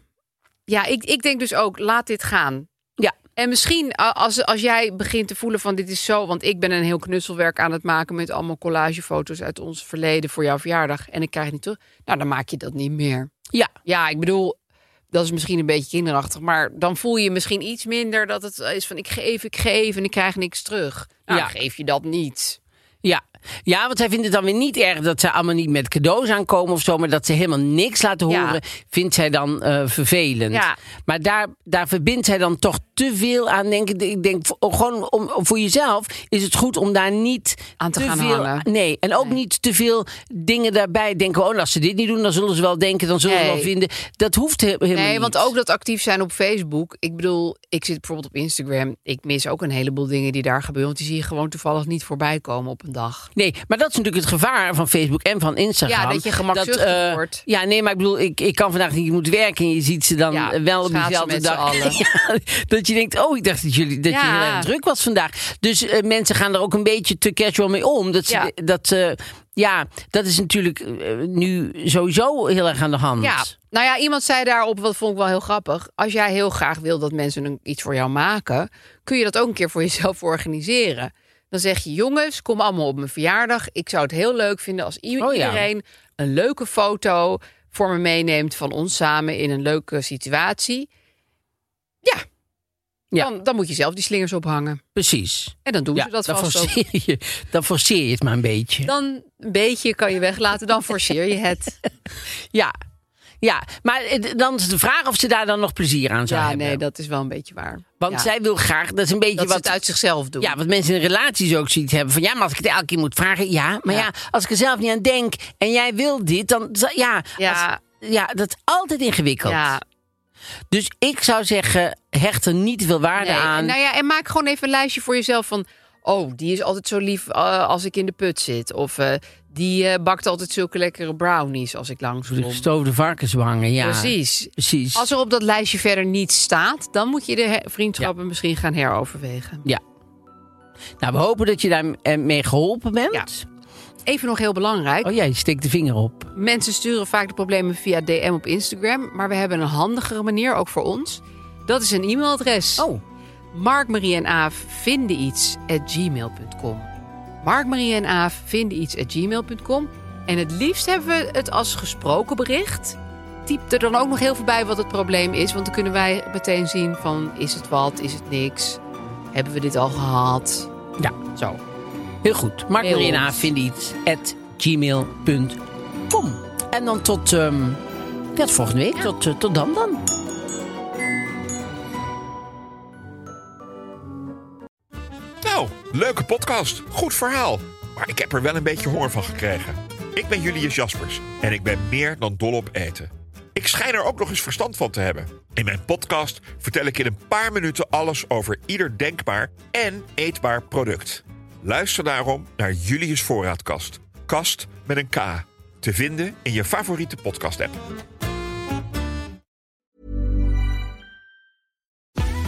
ja ik, ik denk dus ook, laat dit gaan.
Ja.
En misschien a- als, als jij begint te voelen van dit is zo... want ik ben een heel knutselwerk aan het maken... met allemaal collagefoto's uit ons verleden voor jouw verjaardag... en ik krijg het niet terug, nou, dan maak je dat niet meer.
Ja.
Ja, ik bedoel, dat is misschien een beetje kinderachtig... maar dan voel je misschien iets minder dat het is van... ik geef, ik geef en ik krijg niks terug. Nou,
Ja.
dan geef je dat niet.
Ja. ja, want zij vindt het dan weer niet erg dat ze allemaal niet met cadeaus aankomen of zo. Maar dat ze helemaal niks laten
Ja.
horen, vindt zij dan eh, vervelend.
Ja.
Maar daar, daar verbindt zij dan toch te veel aan. Denk ik, ik denk voor- gewoon om, voor jezelf is het goed om daar niet
Aan te gaan
veel,
hangen.
Nee, en ook niet te veel dingen daarbij denken. Oh, als ze dit niet doen, dan zullen ze wel denken, dan zullen ze
Nee.
wel vinden. Dat hoeft he- helemaal
Nee,
niet.
want ook dat actief zijn op Facebook. Ik bedoel, ik zit bijvoorbeeld op Instagram. Ik mis ook een heleboel dingen die daar gebeuren. Want die zie je gewoon toevallig niet voorbij komen op een dag.
Nee, maar dat is natuurlijk het gevaar van Facebook en van Instagram.
Ja, dat je gemakzuchtig
eh,
wordt.
Ja, nee, maar ik bedoel, ik, ik kan vandaag niet, ik moet werken. En je ziet ze dan
Ja,
eh, wel op
schaatsen
diezelfde
met
dag.
z'n allen.
Ja, dat je denkt, oh, ik dacht dat, jullie, dat je
Ja.
heel erg druk was vandaag. Dus eh, mensen gaan er ook een beetje te casual mee om. Dat, ze-
Ja.
dat, eh, ja, dat is natuurlijk eh, nu sowieso heel erg aan de hand.
Ja, nou ja, iemand zei daarop, wat vond ik wel heel grappig. Als jij heel graag wil dat mensen een- iets voor jou maken, kun je dat ook een keer voor jezelf organiseren. Dan zeg je, jongens, kom allemaal op mijn verjaardag. Ik zou het heel leuk vinden als i-
Oh ja.
iedereen een leuke foto voor me meeneemt van ons samen in een leuke situatie. Ja,
Ja.
Dan, dan moet je zelf die slingers ophangen.
Precies.
En dan doen
Ja,
ze dat
dan,
vast ook.
forceer je, dan forceer je het maar een beetje.
Dan een beetje kan je weglaten, dan forceer je het.
Ja. Ja, maar eh, dan is de vraag of ze daar dan nog plezier aan zou
Ja,
hebben.
nee, dat is wel een beetje waar.
Want
Ja.
zij wil graag, dat is een beetje
dat ze
wat
het uit zichzelf doen.
Ja, wat mensen in relaties ook zoiets hebben van ja, maar als ik het elke keer moet vragen, ja, maar ja,
Ja.
als ik er zelf niet aan denk en jij wil dit, dan za- ja,
Ja.
als- ja, dat is altijd ingewikkeld.
Ja,
Dus ik zou zeggen, hecht er niet te veel waarde
nee.
aan.
Nou ja, en maak gewoon even een lijstje voor jezelf van. Oh, die is altijd zo lief eh, als ik in de put zit. Of eh, die eh, bakt altijd zulke lekkere brownies als ik langs
De
kom.
gestoofde varkenswangen, ja. Dus-
Precies.
Precies.
Als er op dat lijstje verder niets staat, dan moet je de he- vriendschappen misschien gaan heroverwegen.
Nou, we hopen dat je daarmee geholpen bent.
Ja. Even nog heel belangrijk.
Oh ja, je steekt de vinger op.
Mensen sturen vaak de problemen via DM op Instagram. Maar we hebben een handigere manier, ook voor ons. Dat is een e-mailadres.
Oh.
Mark, Marie en Aaf vinden iets at gmail.com. Mark, Marie en Aaf vinden iets at gmail.com. En het liefst hebben we het als gesproken bericht. Typ er dan ook nog heel veel bij wat het probleem is. Want dan kunnen wij meteen zien van is het wat, is het niks. Hebben we dit al gehad?
Ja, zo. Heel goed. Mark
Heel
Marie en
goed.
Aaf vinden iets at gmail.com. En dan tot, ehm, ja, tot volgende week. Tot, eh, tot dan dan.
Nou, leuke podcast. Goed verhaal. Maar ik heb er wel een beetje honger van gekregen. Ik ben Julius Jaspers en ik ben meer dan dol op eten. Ik schijn er ook nog eens verstand van te hebben. In mijn podcast vertel ik in een paar minuten alles over ieder denkbaar en eetbaar product. Luister daarom naar Julius Voorraadkast. Kast met een K. Te vinden in je favoriete podcast-app.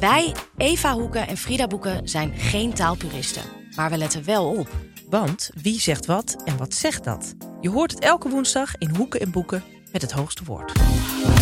Wij, Eva Hoeken en Frida Boeken, zijn geen taalpuristen. Maar we letten wel op.
Want wie zegt wat en wat zegt dat? Je hoort het elke woensdag in Hoeken en Boeken met het hoogste woord.